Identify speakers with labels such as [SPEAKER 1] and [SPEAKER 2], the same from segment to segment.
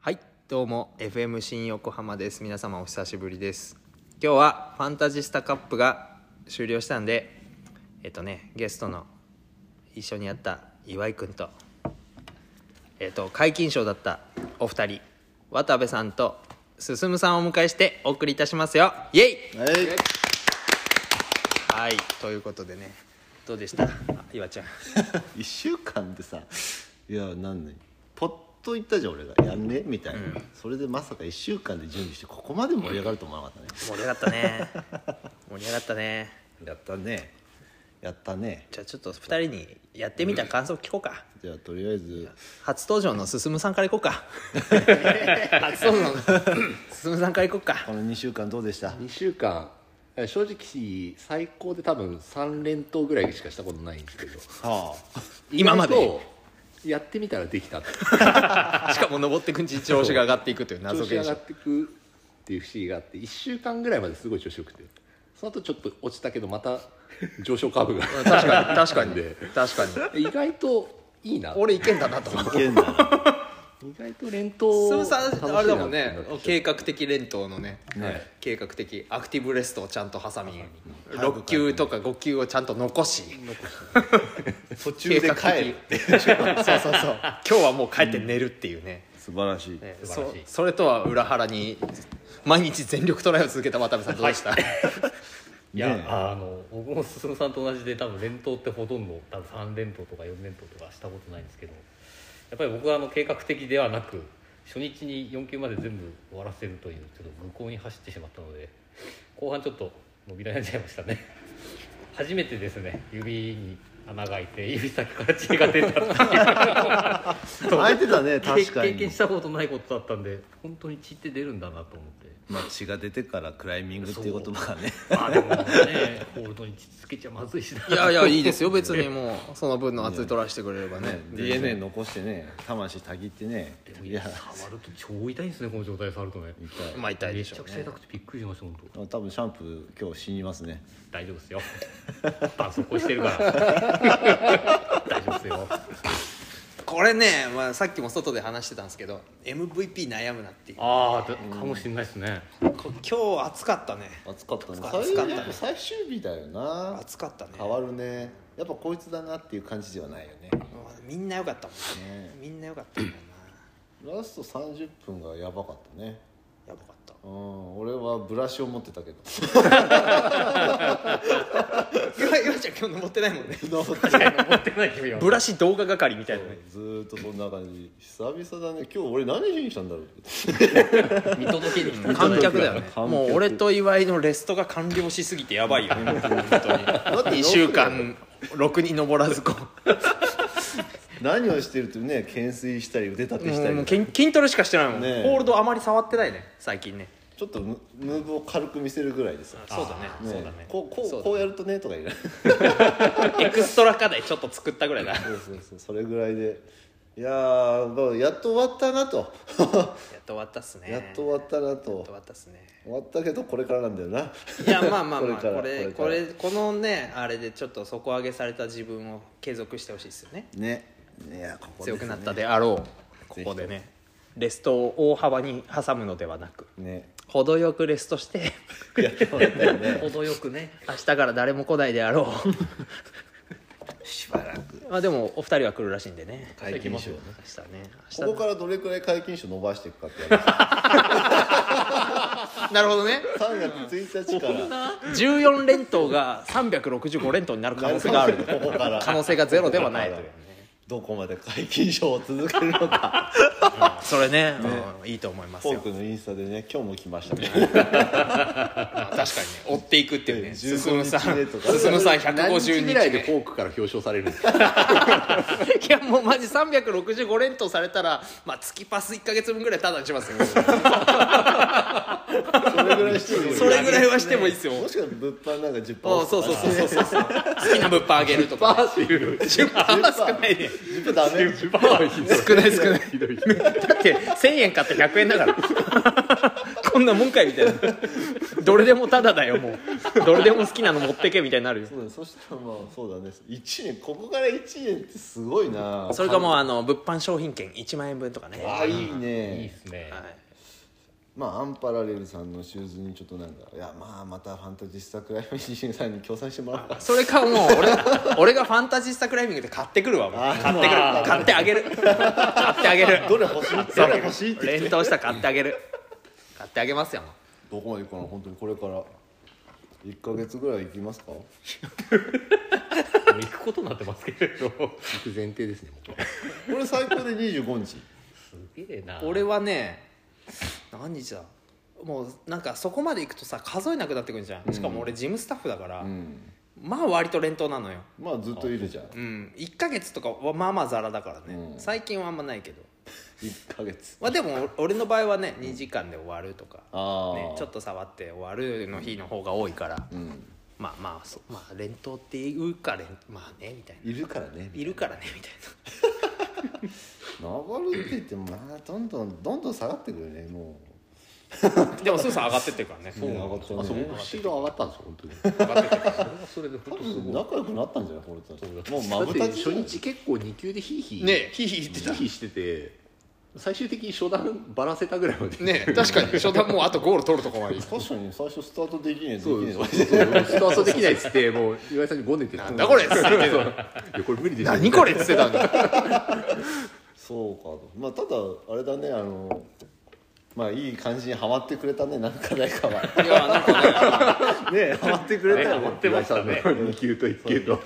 [SPEAKER 1] はいどうも FM 新横浜です皆様お久しぶりです今日はファンタジスタカップが終了したんでえっとねゲストの一緒にやった岩井くんとえっと皆勤賞だったお二人渡部さんと進さんをお迎えしてお送りいたしますよイエイ
[SPEAKER 2] はい、
[SPEAKER 1] はいということでねどうでしたあ岩ちゃん
[SPEAKER 2] 1週間でさいや何年ポッと言ったじゃん俺がやんねみたいな、それでまさか1週間で準備してここまで盛り上がると思わなかったね
[SPEAKER 1] 盛り上がった ね盛り上がったね
[SPEAKER 2] やったねやったね
[SPEAKER 1] じゃあちょっと二人にやってみた感想聞こうか
[SPEAKER 2] じゃあとりあえず
[SPEAKER 1] 初登場の進さんからいこうか初登場の進さんからいこうか
[SPEAKER 2] この2週間どうでした
[SPEAKER 3] 2週間え正直最高で多分3連投ぐらいしかしたことないんですけど
[SPEAKER 2] あ
[SPEAKER 1] 今まで
[SPEAKER 3] 意外とやってみたらできた
[SPEAKER 1] しかも登ってくんち調子が上がっていくという謎
[SPEAKER 3] 調子
[SPEAKER 1] 現
[SPEAKER 3] 上が
[SPEAKER 1] 象
[SPEAKER 3] ってくっていう不思議があって1週間ぐらいまですごい調子よくてその後ちょっと落ちたけどまた上昇カーブが
[SPEAKER 1] 確かに確かに確かに
[SPEAKER 3] 意外といいな
[SPEAKER 1] 俺いけんだなと思って
[SPEAKER 2] いけんだ
[SPEAKER 3] 意外と連投
[SPEAKER 1] 進さ
[SPEAKER 3] 楽しい
[SPEAKER 1] ん
[SPEAKER 3] な
[SPEAKER 1] あれだもんね
[SPEAKER 3] ってなって
[SPEAKER 1] 計画的連投のね
[SPEAKER 3] ね
[SPEAKER 1] 計画的アクティブレストをちゃんと挟み6球とか5球をちゃんと残し
[SPEAKER 2] 途中で帰
[SPEAKER 1] 計
[SPEAKER 2] る
[SPEAKER 1] 画的そうそうそう今日はもう帰って寝るっていうね
[SPEAKER 2] 素晴らしい、
[SPEAKER 1] ね
[SPEAKER 3] 晴らし
[SPEAKER 1] そ
[SPEAKER 3] い
[SPEAKER 1] それとは裏腹に毎日全力トライを続けた渡部さんどうでした、
[SPEAKER 4] いや、
[SPEAKER 2] ねえ
[SPEAKER 4] あの僕も進さんと同じで多分連投ってほとんど多分3連投とか4連投とかしたことないんですけどやっぱり僕はあの計画的ではなく初日に4球まで全部終わらせるというちょっと愚行に走ってしまったので後半ちょっと伸び悩んじゃいましたね 初めてですね指に穴が開いて指先から血が出たっていう
[SPEAKER 2] 空いてたね確か
[SPEAKER 4] 経
[SPEAKER 2] に
[SPEAKER 4] 験したことないことだったんで本当に血って出るんだなと思って
[SPEAKER 2] まあ、血が出てからクライミングっていう言葉がね
[SPEAKER 4] まあでもね ホールドに血つけちゃまずいしない
[SPEAKER 1] いやいやいいですよ別にもうその分の熱いトライしてくれればね
[SPEAKER 2] ね DNA 残してね魂たぎってね
[SPEAKER 4] でも
[SPEAKER 2] いや
[SPEAKER 4] 触ると超痛いんですねこの状態で触るとね
[SPEAKER 2] 痛い
[SPEAKER 1] まあ痛いで
[SPEAKER 4] め
[SPEAKER 1] し
[SPEAKER 4] ち
[SPEAKER 1] ょ
[SPEAKER 4] ゃ
[SPEAKER 1] う
[SPEAKER 4] くちゃ
[SPEAKER 1] ね
[SPEAKER 4] 痛くてびっくりしました本 当
[SPEAKER 2] 多分シャンプー今日死にますね
[SPEAKER 4] 大丈夫ですよ絆創膏してるから大丈夫ですよ
[SPEAKER 1] これね、まあ、さっきも外で話してたんですけど MVP 悩むなっていうこ
[SPEAKER 4] ああかもしれないですね
[SPEAKER 1] 今日暑かったね
[SPEAKER 2] 暑かったね
[SPEAKER 1] 暑
[SPEAKER 2] 最
[SPEAKER 1] かったね
[SPEAKER 2] やっぱ最終日だよな
[SPEAKER 1] 暑かったね
[SPEAKER 2] 変わるねやっぱこいつだなっていう感じではないよね
[SPEAKER 1] みんな良かったもんね
[SPEAKER 2] ね
[SPEAKER 1] みんな良かったもんな
[SPEAKER 2] ラスト30分がやばかったね
[SPEAKER 1] やばかった
[SPEAKER 2] うん俺はブラシを持ってた けど
[SPEAKER 1] 岩岩ちゃん今日登ってないもんね
[SPEAKER 2] 登って
[SPEAKER 4] 持ってない君は
[SPEAKER 1] ブラシ動画係みたいなね
[SPEAKER 2] ずーっとそんな感じ久々だね今日俺何しに来たんだろう
[SPEAKER 4] 見届けに来た
[SPEAKER 1] 観客だよね
[SPEAKER 2] 観客
[SPEAKER 1] もう俺と岩井のレストが完了しすぎてやばいよ本当に2週 間6に登らずこう
[SPEAKER 2] 何をしてるってね懸垂したり腕立てした
[SPEAKER 1] も
[SPEAKER 2] り
[SPEAKER 1] う筋筋トレしかしてないもん、
[SPEAKER 2] ねえ
[SPEAKER 1] ホールドあまり触ってないね最近ね
[SPEAKER 2] ちょっとムムーブを軽く見せるぐらいでさ
[SPEAKER 1] そうだね
[SPEAKER 2] ね
[SPEAKER 1] そうだね
[SPEAKER 2] こうこ
[SPEAKER 1] そううだね
[SPEAKER 2] こうやるとねとか言う
[SPEAKER 1] エクストラ課題ちょっと作った ぐらいだや
[SPEAKER 2] そうそうそうそれぐらいでいやーまあやっと終わったなと
[SPEAKER 1] っと終わったっすね
[SPEAKER 2] やっと終わったな
[SPEAKER 1] やっ
[SPEAKER 2] と
[SPEAKER 1] と終わったっすね
[SPEAKER 2] 終わったけどこれからなんだよない
[SPEAKER 1] やまあまあまあ
[SPEAKER 2] これから
[SPEAKER 1] これこ
[SPEAKER 2] これ
[SPEAKER 1] れこのねあれでちょっと底上げされた自分を継続してほしいですよね
[SPEAKER 2] ねいやここで
[SPEAKER 1] 強
[SPEAKER 2] すね
[SPEAKER 1] くなったであろうここでねレストを大幅に挟むのではなく
[SPEAKER 2] ね
[SPEAKER 1] 程よくレストして
[SPEAKER 2] やっと終わったよね
[SPEAKER 4] 程よくね
[SPEAKER 1] 明日から誰も来ないであろう
[SPEAKER 2] しばらく
[SPEAKER 1] まあでもお二人は来るらしいんでね
[SPEAKER 2] 解禁賞ね
[SPEAKER 1] 明日ね
[SPEAKER 2] ここからどれくらい解禁賞伸ばしていくかってやる
[SPEAKER 1] なるほどね
[SPEAKER 2] 3月1日から
[SPEAKER 1] 14連投が365連投にな る可能性がある
[SPEAKER 2] ここから
[SPEAKER 1] 可能性がゼロではないというね
[SPEAKER 2] どこまで解禁賞を続けるの か
[SPEAKER 1] それねうんいいと思います
[SPEAKER 2] フォ
[SPEAKER 1] よ
[SPEAKER 2] ークのインスタでね今日も来ましたね
[SPEAKER 1] まあ確かにね追っていくっていうね
[SPEAKER 2] ね
[SPEAKER 1] 進さん
[SPEAKER 2] 15日目とか
[SPEAKER 1] 進さん
[SPEAKER 3] 何日
[SPEAKER 1] 150
[SPEAKER 3] ぐ
[SPEAKER 1] 日
[SPEAKER 3] ら
[SPEAKER 1] 目
[SPEAKER 3] いでフォークから表彰されるんですか
[SPEAKER 1] いやもうマジ365連投されたら、まあ、月パス1か月分ぐらいただにしますよ
[SPEAKER 2] それぐらいしてもいい
[SPEAKER 1] それぐらいはしてもいいですよ
[SPEAKER 2] もしかしたら物販なんか10%
[SPEAKER 1] ああそうそうそうそうそうそう好きな物販あげるとか、ね、10%少ないね
[SPEAKER 2] 10%ダ メ
[SPEAKER 1] 少ない少ないだって1000円買って100円だからこんなもんかいみたいなどれでもタダだよもうどれでも好きなの持ってけみたいになるよ
[SPEAKER 2] そうだねそしたらまあそうだね1年ここから1年ってすごいな
[SPEAKER 1] それかもうあの物販商品券1万円分とかね
[SPEAKER 2] ああいい
[SPEAKER 4] いい
[SPEAKER 2] ね
[SPEAKER 4] ですね、
[SPEAKER 1] はい
[SPEAKER 2] まあアンパラレルさんのシューズにちょっとなんかいやまあまたファンタジスタクライミングさんに協賛してもらおうか
[SPEAKER 1] それかもう俺俺がファンタジスタクライミングで買ってくるわもう買ってくる買ってあげる買ってあげる
[SPEAKER 2] どれ欲しいどれ欲しいって
[SPEAKER 1] 連投したら買ってあげる買ってあげますよもう
[SPEAKER 2] どこまで行くかな本当にこれから1か月ぐらい行きますか
[SPEAKER 4] もう行くことになってますけれど
[SPEAKER 3] 行く前提ですねもう
[SPEAKER 2] これ最高で25日
[SPEAKER 4] すげえな
[SPEAKER 1] 俺はね何日だもうなんかそこまで行くとさ数えなくなってくるじゃんしかも俺ジムスタッフだから、
[SPEAKER 2] うん
[SPEAKER 1] まあ割と連投なのよ
[SPEAKER 2] まあずっといるじゃん
[SPEAKER 1] うん1ヶ月とかはまあまあザラだからね、
[SPEAKER 2] うん
[SPEAKER 1] 最近はあんまないけど
[SPEAKER 2] 1か月
[SPEAKER 1] まあでもお俺の場合はね2時間で終わるとか、
[SPEAKER 2] ああ、
[SPEAKER 1] ね、ちょっと触って終わるの日の方が多いから、
[SPEAKER 2] うん
[SPEAKER 1] まあまあそうまあ連投っていうか連まあねみたいない
[SPEAKER 2] るからね
[SPEAKER 1] いるからねみたいな
[SPEAKER 2] 登るって言ってもまあどんどんどんどん下がってくるねも
[SPEAKER 1] でもすぐさ上がってってるからね
[SPEAKER 2] う上がった
[SPEAKER 3] あそう
[SPEAKER 2] ね
[SPEAKER 3] 僕シード上がったんですよ本当に
[SPEAKER 4] 上がってたからそれはそれで
[SPEAKER 2] 多
[SPEAKER 4] 本当す
[SPEAKER 2] 分
[SPEAKER 4] ごい
[SPEAKER 2] 仲良くなったんじゃないこれ
[SPEAKER 4] そうだ
[SPEAKER 2] ともうま
[SPEAKER 3] だっ
[SPEAKER 2] ぶ
[SPEAKER 3] て
[SPEAKER 2] た
[SPEAKER 3] 初日結構2級でヒーヒー
[SPEAKER 1] ねえヒーヒー言って
[SPEAKER 3] ヒーヒーしてて最終的に初段ばらせたぐらいまで
[SPEAKER 1] ね確かに初段もうあとゴール取るとこまで
[SPEAKER 2] 確かに最初スタートできねえでき
[SPEAKER 3] そう
[SPEAKER 2] ねえ
[SPEAKER 3] そうそうスタートできないっつってもう岩井さんにごねて
[SPEAKER 1] なんだこれっつって
[SPEAKER 3] そういやこれ無理でしょ
[SPEAKER 1] 何これっつってたんだ
[SPEAKER 2] そうかとまあただあれだねあのまあいい感じにはまってくれたね何かない かはね
[SPEAKER 1] いやなんかね
[SPEAKER 2] えはまってくれたよ
[SPEAKER 4] ね
[SPEAKER 2] ね
[SPEAKER 4] 持ってましたね
[SPEAKER 3] 2級と1級と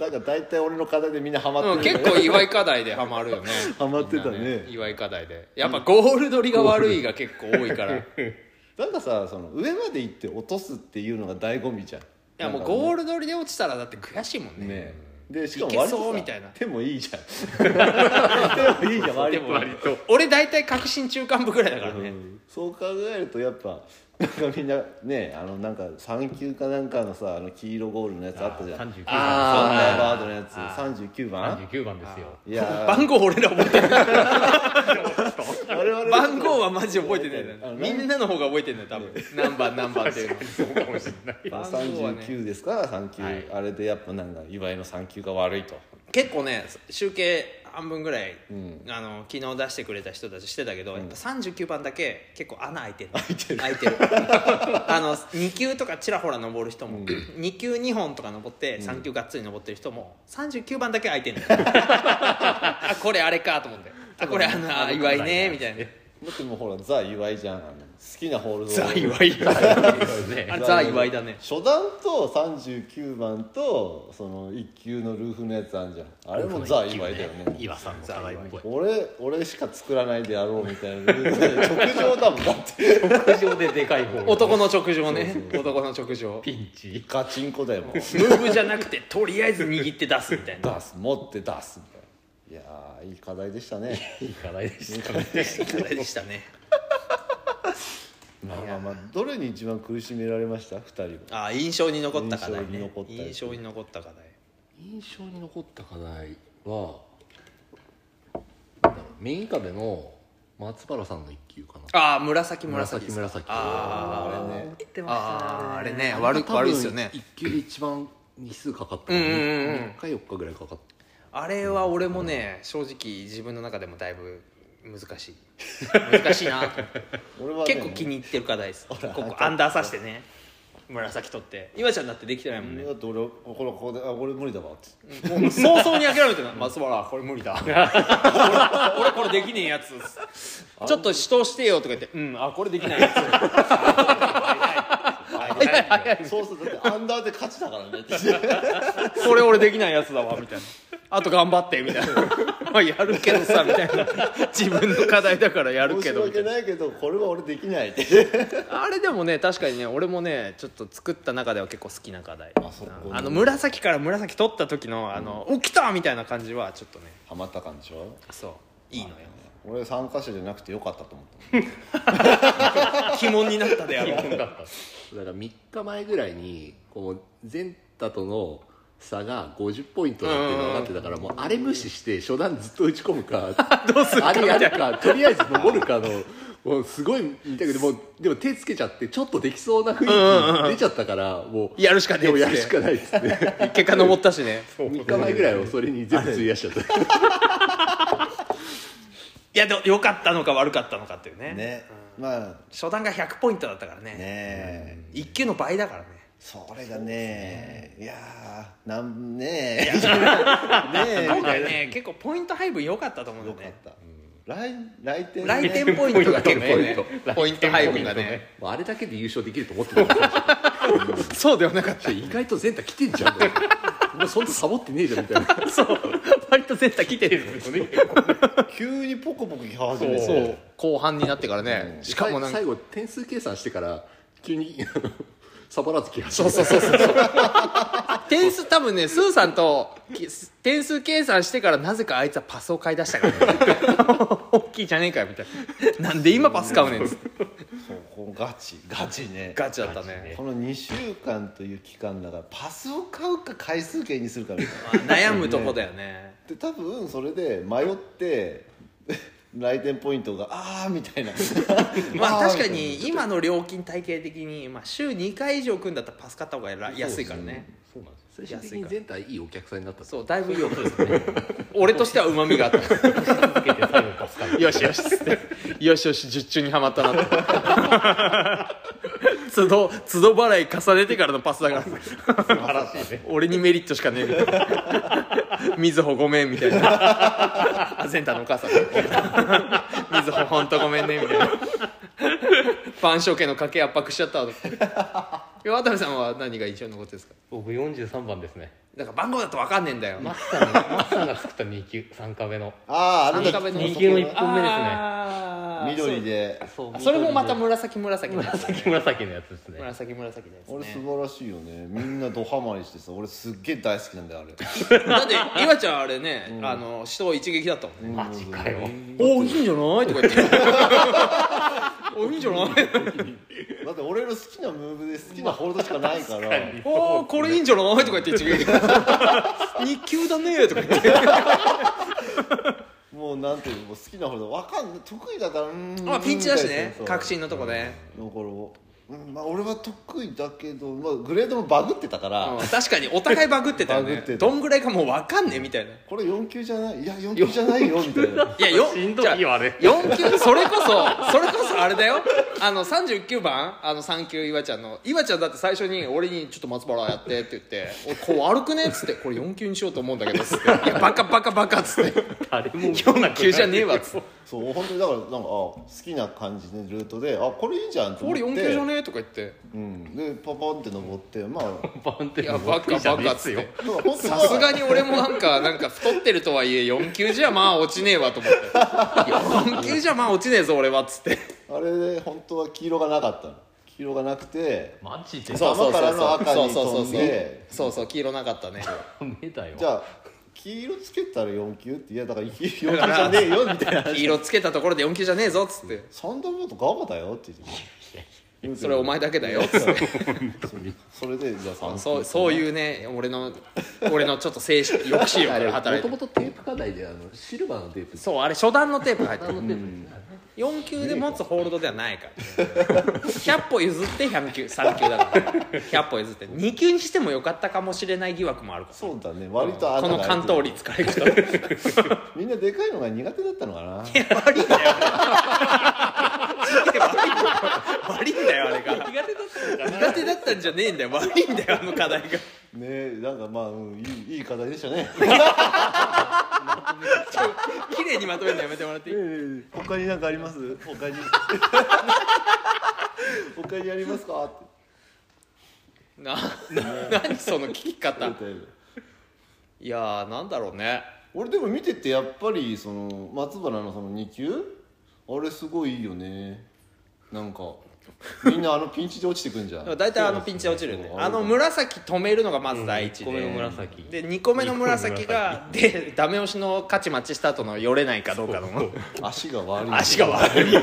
[SPEAKER 2] だから大体俺の課題でみんなハマ
[SPEAKER 1] う
[SPEAKER 2] っ
[SPEAKER 1] ん
[SPEAKER 2] てる
[SPEAKER 1] 結構祝い課題でハマるよね
[SPEAKER 2] ハマってたね
[SPEAKER 1] 祝い課題でやっぱゴール取りが悪いが結構多いからい
[SPEAKER 2] なんかさその上まで行って落とすっていうのが醍醐味じゃんい
[SPEAKER 1] やもうゴール取りで落ちたらだって悔しいもんね
[SPEAKER 2] ねでしかも
[SPEAKER 1] いけ
[SPEAKER 2] 割
[SPEAKER 1] そう
[SPEAKER 2] とさ
[SPEAKER 1] みたいな
[SPEAKER 2] 手もい いじゃん手もいいじゃん割と
[SPEAKER 1] と俺大体確信中間部ぐらいだからね
[SPEAKER 2] そう考えるとやっぱなんかみんなねあのなんか3級かなんかのさあの黄色ゴールのやつあったじゃん
[SPEAKER 4] あー39番
[SPEAKER 2] あーサンダーバードのやつ39番
[SPEAKER 4] 39番ですよ
[SPEAKER 2] いや
[SPEAKER 1] 番号俺ら覚えて ない
[SPEAKER 2] ー我々
[SPEAKER 1] 番号はマジ覚えてない
[SPEAKER 2] あ
[SPEAKER 1] なみんなの方が覚えてんだよ多分何番何番っていうの番号はね
[SPEAKER 2] 39ですから3級、あれでやっぱなんか岩井の3級が悪いと
[SPEAKER 1] 結構ね集計半分ぐらい、
[SPEAKER 2] ん
[SPEAKER 1] あの昨日出してくれた人たちしてたけど、やっぱ39番だけ結構穴開いてる
[SPEAKER 2] 開いてる
[SPEAKER 1] 開いて るあの2級とかちらほら登る人も、2級2本とか登って3級がっつり登ってる人も39番だけ開いて るあこれあれかと思ってあこれあの岩井ねみたいな
[SPEAKER 2] だってもうほらザ岩井じゃんあの好きなホールド
[SPEAKER 1] ザ岩井あれザ岩井だね
[SPEAKER 2] 初段と39番とその1級のルーフのやつあんじゃんあれもザ岩井だよね
[SPEAKER 4] 岩さんの互いっぽい
[SPEAKER 2] 俺俺しか作らないでやろうみたいなルールで直上だもんだって
[SPEAKER 4] 屋上ででかい方
[SPEAKER 1] 男の直情ね男の直情
[SPEAKER 4] ピンチ
[SPEAKER 2] ガチンコだよもう出す
[SPEAKER 1] ムーブじゃなくてとりあえず握って出すみた いな
[SPEAKER 2] 持って出すみたいないやーいい課題でし たね
[SPEAKER 4] いい課題でしたね
[SPEAKER 1] あれでしたね
[SPEAKER 2] まあまあまあどれに一番苦しめられました2人は
[SPEAKER 1] ああ印象に残った課題
[SPEAKER 2] 印象
[SPEAKER 1] ね
[SPEAKER 2] に残ったやつ
[SPEAKER 1] 印象に残った課題
[SPEAKER 3] 印象に残った課題はなんだろうメイン壁の松原さんの1級かな
[SPEAKER 1] ああ紫紫ですか
[SPEAKER 3] 紫紫
[SPEAKER 1] あ
[SPEAKER 2] あれね
[SPEAKER 1] ーあーあれね悪い
[SPEAKER 3] 多分
[SPEAKER 1] 悪いですよね
[SPEAKER 3] 1級で一番日数かかった
[SPEAKER 1] うんうんうん
[SPEAKER 3] 3日4日ぐらいかかった
[SPEAKER 1] あれは俺もね正直自分の中でもだいぶ難しい 難しいなと思って
[SPEAKER 2] 俺はね
[SPEAKER 1] 結構気に入ってる課題ですここアンダーさしてね紫取って今ちゃんだってできてないもんね
[SPEAKER 2] だって俺これここであ俺無理だわって
[SPEAKER 1] もう早々に諦めてた 松原これ無理だ 俺俺これできねえやつちょっと死闘してよとか言ってうんあこれできないやつ
[SPEAKER 2] そうするとだってアンダーで勝ちだからねって
[SPEAKER 1] これ俺できないやつだわみたいなあと頑張ってみたい なまあやるけどさみたい な自分の課題だからやる
[SPEAKER 2] 申
[SPEAKER 1] け
[SPEAKER 2] し
[SPEAKER 1] どみた
[SPEAKER 2] 訳
[SPEAKER 1] いな
[SPEAKER 2] ないけどこれは俺できないって
[SPEAKER 1] あれでもね確かにね俺もねちょっと作った中では結構好きな課題
[SPEAKER 2] あそっか
[SPEAKER 1] うんあの紫から紫取った時の「あの起きた!」みたいな感じはちょっとね
[SPEAKER 2] ハマった感じでしょ
[SPEAKER 1] そういいのよ
[SPEAKER 2] 俺参加者じゃなくてよかったと思った
[SPEAKER 1] 鬼門になったであろう
[SPEAKER 3] だから3日前ぐらいにこう前太との差が50ポイントだっていうのが分かってたからもうあれ無視して初段ずっと打ち込むか
[SPEAKER 1] どうするか
[SPEAKER 3] あれやるかとりあえず登るかのもうすごい見たいけどもうでも手つけちゃってちょっとできそうな雰囲気出ちゃったからもう
[SPEAKER 1] やるしかねえっつっ
[SPEAKER 3] もう
[SPEAKER 1] て
[SPEAKER 3] やるしかないっつって
[SPEAKER 1] 結果登ったしね
[SPEAKER 3] 3日前ぐらいはそれに全部費やしちゃった
[SPEAKER 1] いやでも良かったのか悪かったのかっていうね
[SPEAKER 2] ねまあ
[SPEAKER 1] 初段が100ポイントだったからね
[SPEAKER 2] ね
[SPEAKER 1] 一級の倍だからね
[SPEAKER 2] それがねいやーなんねえねえ
[SPEAKER 1] 今回ね結構ポイント配分良かったと思うんだ
[SPEAKER 2] よ
[SPEAKER 1] よ
[SPEAKER 2] かっ
[SPEAKER 1] ね
[SPEAKER 2] た 来来店ね
[SPEAKER 1] 来店ポイントが結構ね
[SPEAKER 3] ポイント
[SPEAKER 1] ポイント配分が
[SPEAKER 4] 来店ポイン
[SPEAKER 1] ね
[SPEAKER 3] まああれだけで優勝できると思ってたからさ
[SPEAKER 1] そうではなかっ
[SPEAKER 3] 意外と全体来てんじゃんお前そんなサボってねえじゃんみたいな
[SPEAKER 1] たそう割と全体来てる
[SPEAKER 4] ですよね
[SPEAKER 2] 急にポコポコ来始め
[SPEAKER 1] そ
[SPEAKER 2] て
[SPEAKER 1] う後半になってからねしかもなんか
[SPEAKER 3] 最後点数計算してから急にあのサボらず気がし
[SPEAKER 1] そうそうそうそう点数多分ねスーさんとき点数計算してからなぜかあいつはパスを買い出したから、ね、 大きいじゃねえかよみたいななんで今パス買うねんっつって
[SPEAKER 2] そうこうガチガチね
[SPEAKER 1] ガチだったね
[SPEAKER 2] この2週間という期間だからパスを買うか回数券にするかみたいな
[SPEAKER 1] まあ悩むとこだよね
[SPEAKER 2] で多分それで迷って 来店ポイントがああみたいな
[SPEAKER 1] まあ
[SPEAKER 2] ー
[SPEAKER 1] 確かに今の料金体系的に、まあ、週2回以上組んだったらパス買った方がら安いからね
[SPEAKER 4] そうなんです
[SPEAKER 3] 最終的に全体いいお客さんになった
[SPEAKER 1] そうだいぶ良かったですね俺としてはうまみがあった
[SPEAKER 4] 続けて最後パスカ ル
[SPEAKER 1] よしよしっつってよしよし術中にはまったなって 都度都度払い重ねてからのパスだから
[SPEAKER 4] 素晴らしいね
[SPEAKER 1] 俺にメリットしかねえみたいな みずほごめんみたいな あセンターのお母さんねみずほほんとごめんねみたいな晩鐘家の家計圧迫しちゃったわと いや渡部さんは何が印象に残ってるんですか
[SPEAKER 4] 僕43番ですね
[SPEAKER 1] なんか番号だと分かんねえんだよ
[SPEAKER 4] マスさんのマスさんが作った2級3カ目の
[SPEAKER 2] あああれだ
[SPEAKER 1] 三日目の
[SPEAKER 4] 2級の1
[SPEAKER 2] あ
[SPEAKER 4] 本目ですね
[SPEAKER 1] あー
[SPEAKER 2] 緑で
[SPEAKER 4] そう
[SPEAKER 1] そうそれもまた紫紫のやつ
[SPEAKER 4] 紫紫のやつですね
[SPEAKER 1] 紫紫のやつね
[SPEAKER 2] 俺素晴らしいよねみんなドハマりしてさ俺すっげえ大好きなんだよあれ
[SPEAKER 1] だって岩ちゃんあれね、あの死闘一撃だったもんね
[SPEAKER 4] マジかよ
[SPEAKER 1] おいいんじゃないとか言っておいいんじゃない
[SPEAKER 2] だって俺の好きなムーブで好きなホールドしかないから
[SPEAKER 1] おーこれいいんじゃないとか言って違う 二級だねとか言って
[SPEAKER 2] もうなんていうのもう好きなホールドわかんない得意だからうーん
[SPEAKER 1] あ ピンチだしね
[SPEAKER 2] そう
[SPEAKER 1] 確信のとこね、
[SPEAKER 2] だから、うんまあ、俺は得意だけど、まあ、グレードもバグってたから、
[SPEAKER 1] うん確かにお互いバグってたよ
[SPEAKER 2] バグ
[SPEAKER 1] ね
[SPEAKER 2] ってた
[SPEAKER 1] どんぐらいかもう分かんねえみたいな
[SPEAKER 2] これ4級じゃないいや4級じゃないよみたいない
[SPEAKER 1] やよ
[SPEAKER 4] しんどいよあれ
[SPEAKER 1] じゃ4級それこそそれこそあれだよあの39番あの3級岩ちゃんの岩ちゃんだって最初に俺に「ちょっと松原やって」って言って「俺こう悪くね」っつって「これ4級にしようと思うんだけど」つって「いやバカバカバカ」っつって
[SPEAKER 4] 誰も
[SPEAKER 1] 「4級じゃねえわ」っつって
[SPEAKER 2] そう本当にだからなんかあ好きな感じのルートであこれいいじゃ
[SPEAKER 1] 「
[SPEAKER 2] んと思
[SPEAKER 1] こ
[SPEAKER 2] っ
[SPEAKER 1] れ
[SPEAKER 2] て
[SPEAKER 1] 4級じゃねえ」とか言って
[SPEAKER 2] うん、でパパンって登って まあ
[SPEAKER 4] バンテ
[SPEAKER 1] いやバカバカっつって
[SPEAKER 2] だから本当は
[SPEAKER 1] さすがに俺もなんかなんか太ってるとはいえ4級じゃまあ落ちねえわと思って4級じゃまあ落ちねえぞ俺はっつって
[SPEAKER 2] あれで本当は黄色がなかったの黄色がなくて
[SPEAKER 4] マジで
[SPEAKER 1] そうそうそうそう
[SPEAKER 2] 頭からの赤
[SPEAKER 1] そう
[SPEAKER 2] に
[SPEAKER 1] そうそう
[SPEAKER 2] 飛んで
[SPEAKER 1] そうそう黄色なかったね
[SPEAKER 4] ダメだよ
[SPEAKER 2] じゃあ黄色つけたら4級っていやだから4級じゃねえよみたいな
[SPEAKER 1] 黄色つけたところで4級じゃねえぞっつって
[SPEAKER 2] サンダーボードガバだよって言って言うて
[SPEAKER 1] それお前だけだよっつって
[SPEAKER 2] それでじゃあ3級
[SPEAKER 1] そうそういうね俺の俺のちょっと精神抑止力が働
[SPEAKER 3] も
[SPEAKER 1] い
[SPEAKER 3] と
[SPEAKER 1] て
[SPEAKER 3] もとテープ課題であのシルバーのテープ
[SPEAKER 1] そうあれ初段のテープ入って
[SPEAKER 3] あ
[SPEAKER 1] る
[SPEAKER 3] のテープ
[SPEAKER 1] 4級で持つホールドではないから100歩譲って100級3級だから100歩譲って2級にしてもよかったかもしれない疑惑もあるから
[SPEAKER 2] そうだね割と穴
[SPEAKER 1] こ
[SPEAKER 2] が
[SPEAKER 1] の
[SPEAKER 2] 開い
[SPEAKER 1] 関
[SPEAKER 2] て
[SPEAKER 1] 東
[SPEAKER 2] る
[SPEAKER 1] 率からいくとい
[SPEAKER 2] みんなでかいのが苦手だったの かな
[SPEAKER 1] や悪いんだよあれ悪いんだよあれが
[SPEAKER 4] 苦手だったのか
[SPEAKER 1] 苦手だったんじゃねえんだよ悪いんだよあの課題が
[SPEAKER 2] ねえなんかまあ、うん、いいいい課題でしたね
[SPEAKER 1] 綺麗にまとめるのやめてもらっていい
[SPEAKER 2] 他に何かあります他 に他にありますかって
[SPEAKER 1] な何その聞き方
[SPEAKER 2] 言ったよ
[SPEAKER 1] いやーなんだろうね
[SPEAKER 2] 俺でも見ててやっぱりその松原のその2級あれすごいいいよねなんかみんなあのピンチで落ちてくん じゃん
[SPEAKER 1] 大体あのピンチで落ちるよね
[SPEAKER 2] そう
[SPEAKER 1] あの紫止めるのがまず第一
[SPEAKER 4] ごめん
[SPEAKER 1] で
[SPEAKER 4] 紫
[SPEAKER 1] で2個目の紫がでダメ押しのカチマチした後のよれないかどうかの
[SPEAKER 2] 足が悪い
[SPEAKER 1] 足が悪 い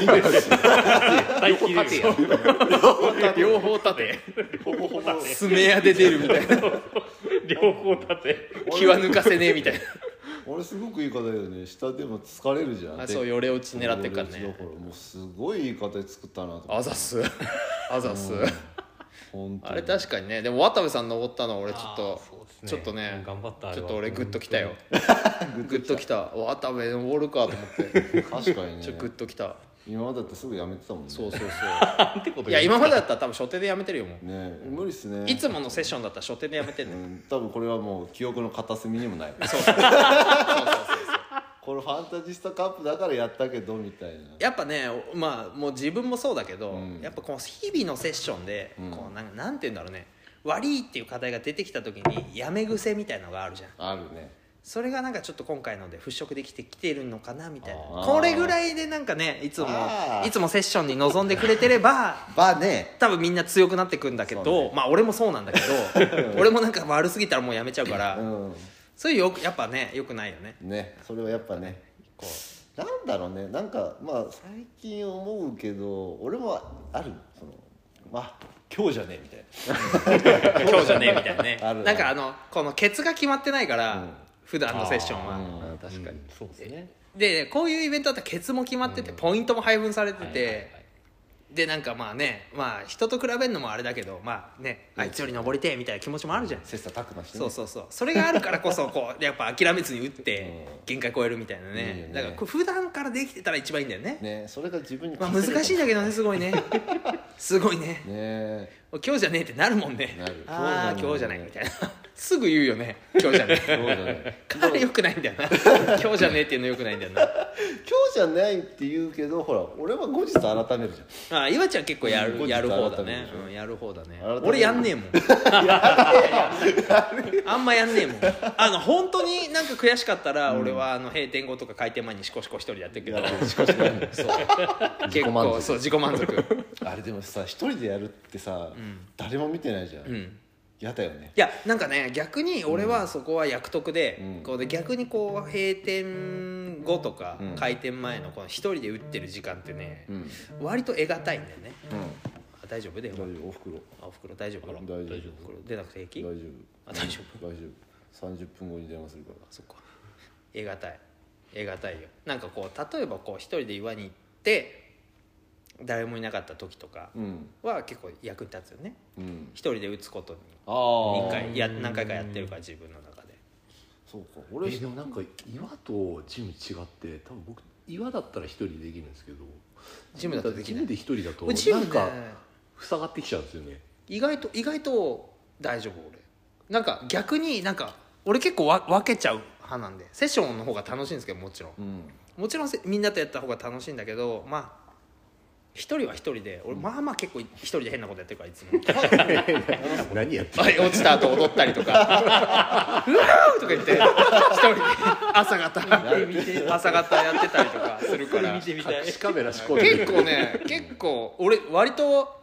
[SPEAKER 4] 最近で よ
[SPEAKER 1] 両方立て
[SPEAKER 2] ほぼほぼ
[SPEAKER 1] スメアで出るみたいな
[SPEAKER 4] 両方立て
[SPEAKER 1] 気は抜かせねえみたいな
[SPEAKER 2] あれすごくいい方だよね下でも疲れるじゃ ん
[SPEAKER 1] あそうよれ落ち狙ってっからね
[SPEAKER 2] よれ落ちだからもうすごいいい方作ったなと
[SPEAKER 1] あざっすあざっす
[SPEAKER 2] 本当
[SPEAKER 1] あれ確かにねでも渡部さん登ったの俺ちょっと
[SPEAKER 4] あーそうですね
[SPEAKER 1] ちょっとね
[SPEAKER 4] うん頑張ったあれ
[SPEAKER 1] ちょ
[SPEAKER 4] は
[SPEAKER 1] っと俺グッときたよグッときた渡部登るかと思って
[SPEAKER 2] 確かに
[SPEAKER 1] ちょっとグッ
[SPEAKER 2] ね
[SPEAKER 1] ときた
[SPEAKER 2] 今までだってすぐやめてたもんね
[SPEAKER 1] そうそうそう
[SPEAKER 4] なんてこと
[SPEAKER 1] い
[SPEAKER 4] 言
[SPEAKER 1] や
[SPEAKER 4] う
[SPEAKER 1] 今までだったら多分初手でやめてるよもう
[SPEAKER 2] ね無理っすね
[SPEAKER 1] いつものセッションだったら初手でやめてん
[SPEAKER 2] う
[SPEAKER 1] の
[SPEAKER 2] ん多分これはもう記憶の片隅にもない
[SPEAKER 1] そうそうそうそうそうそう
[SPEAKER 2] これファンタジスタカップだからやったけどみたいな
[SPEAKER 1] やっぱねまあもう自分もそうだけど、
[SPEAKER 2] ん
[SPEAKER 1] やっぱこの日々のセッションで、こうなんなんて言うんだろうね悪いっていう課題が出てきた時にやめ癖みたいのがあるじゃん
[SPEAKER 2] あるね
[SPEAKER 1] それがなんかちょっと今回ので払拭できてきてるのかなみたいな
[SPEAKER 2] あー
[SPEAKER 1] これぐらいでなんかねいつも
[SPEAKER 2] あー
[SPEAKER 1] いつもセッションに臨んでくれてれば
[SPEAKER 2] ばね
[SPEAKER 1] 多分みんな強くなってくんだけど、
[SPEAKER 2] そうね
[SPEAKER 1] まあ俺もそうなんだけ ど俺もなんか悪すぎたらもうやめちゃうから、
[SPEAKER 2] うん
[SPEAKER 1] そういうよくやっぱねよくないよね
[SPEAKER 2] ねそれはやっぱね
[SPEAKER 1] こ
[SPEAKER 2] なんだろうねなんかまあ最近思うけど俺もあるそのまあ今日じゃねえみたいな
[SPEAKER 1] う 今日じゃねえみたいなね
[SPEAKER 2] ある
[SPEAKER 1] なんかあのこのケツが決まってないから、
[SPEAKER 2] うん
[SPEAKER 1] 普段のセッションは、
[SPEAKER 2] うん
[SPEAKER 4] うん確かに、そうですね
[SPEAKER 1] でこういうイベントだったらケツも決まってて、ポイントも配分されてて、でなんかまあねまあ人と比べるのもあれだけどまあねあいつより登りてえみたいな気持ちもあるじゃん、
[SPEAKER 2] 切磋琢磨してね
[SPEAKER 1] そうそうそうそれがあるからこそこ うやっぱ諦めずに打って限界超えるみたいなね
[SPEAKER 2] いいよね
[SPEAKER 1] だからこれ普段からできてたら一番いいんだよね
[SPEAKER 2] ねそれが自分に
[SPEAKER 1] まあ難しいんだけどねすご いねすごいね
[SPEAKER 2] ね
[SPEAKER 1] 今日じゃねえってなるもんね
[SPEAKER 2] なる
[SPEAKER 1] ああ今日
[SPEAKER 2] 今日
[SPEAKER 1] じ
[SPEAKER 2] じ
[SPEAKER 1] ゃな
[SPEAKER 2] ゃないい
[SPEAKER 1] みたいな すぐ言うよね今日じゃね
[SPEAKER 2] 今日じゃね
[SPEAKER 1] え彼よくないんだよ な今日じゃねえっていうのよくないんだよな
[SPEAKER 2] 今日じゃないって言うけどほら俺は後日改めるじゃん
[SPEAKER 1] ああ岩ちゃん結構や
[SPEAKER 2] うん後
[SPEAKER 1] る
[SPEAKER 2] 日
[SPEAKER 1] やる方だ
[SPEAKER 2] 改める
[SPEAKER 1] ね
[SPEAKER 2] でしょ、
[SPEAKER 1] うんやる方だね
[SPEAKER 2] 改める
[SPEAKER 1] 俺やんねえもんあんまやんねえもんあの本当になんか悔しかったら、俺はあの閉店後とか開店前にシコシコ一人でやってるけ どそう結
[SPEAKER 3] 自己満
[SPEAKER 1] 構
[SPEAKER 3] 足
[SPEAKER 1] そう自己満 足
[SPEAKER 2] あれでもさ一人でやるってさ、誰も見てないじゃん、
[SPEAKER 1] ん
[SPEAKER 2] 嫌だよね
[SPEAKER 1] いやなんかね逆に俺はそこは役得で,、
[SPEAKER 2] うん
[SPEAKER 1] こうで逆にこう閉店後とか、
[SPEAKER 2] ん
[SPEAKER 1] 開店前のこの一人で打ってる時間ってね、
[SPEAKER 2] うん、うん、
[SPEAKER 1] 割と得難いんだよねあ大丈夫だよ
[SPEAKER 2] 大丈夫おふくろ
[SPEAKER 1] あおふくろ大丈夫かな
[SPEAKER 2] 大丈夫
[SPEAKER 1] おふくろ出なくて
[SPEAKER 2] 大
[SPEAKER 1] 平
[SPEAKER 2] 丈
[SPEAKER 1] 気
[SPEAKER 2] 夫
[SPEAKER 1] あ大丈
[SPEAKER 2] 夫大丈夫30分後に電話するか
[SPEAKER 1] そっか得難い得難いよなんかこう例えばこう一人で岩に行って誰もいなかった時とから
[SPEAKER 2] うん
[SPEAKER 1] は結構役に立つよね
[SPEAKER 2] うん
[SPEAKER 1] 一人で打つことに
[SPEAKER 2] ああ
[SPEAKER 1] 一回や何回かやってるから自分の中で
[SPEAKER 2] そうか
[SPEAKER 3] え
[SPEAKER 2] 俺
[SPEAKER 3] でもなんか岩とジム違って多分僕岩だったら一人でできるんですけど
[SPEAKER 1] ジムだとできない
[SPEAKER 3] ジムで一人だと
[SPEAKER 1] 俺ジム
[SPEAKER 3] なんか
[SPEAKER 1] ね
[SPEAKER 3] 塞がってきちゃうんです よね
[SPEAKER 1] 意外と意外と大丈夫俺なんか逆になんか俺結構わ分けちゃう派なんでセッションの方が楽しいんですけどもちろん
[SPEAKER 2] うん
[SPEAKER 1] もちろんせみんなとやった方が楽しいんだけどまあ一人は一人で俺まあまあ結構一人で変なことやってるからいつも
[SPEAKER 3] 何やって
[SPEAKER 1] はい落ちた後踊ったりとか「うわー!」とか言って一人で朝方朝方やってたりとかするから
[SPEAKER 4] 見て
[SPEAKER 1] 結
[SPEAKER 4] みたい
[SPEAKER 3] 隠しカメラ仕込んでる
[SPEAKER 1] 構ね結構俺割と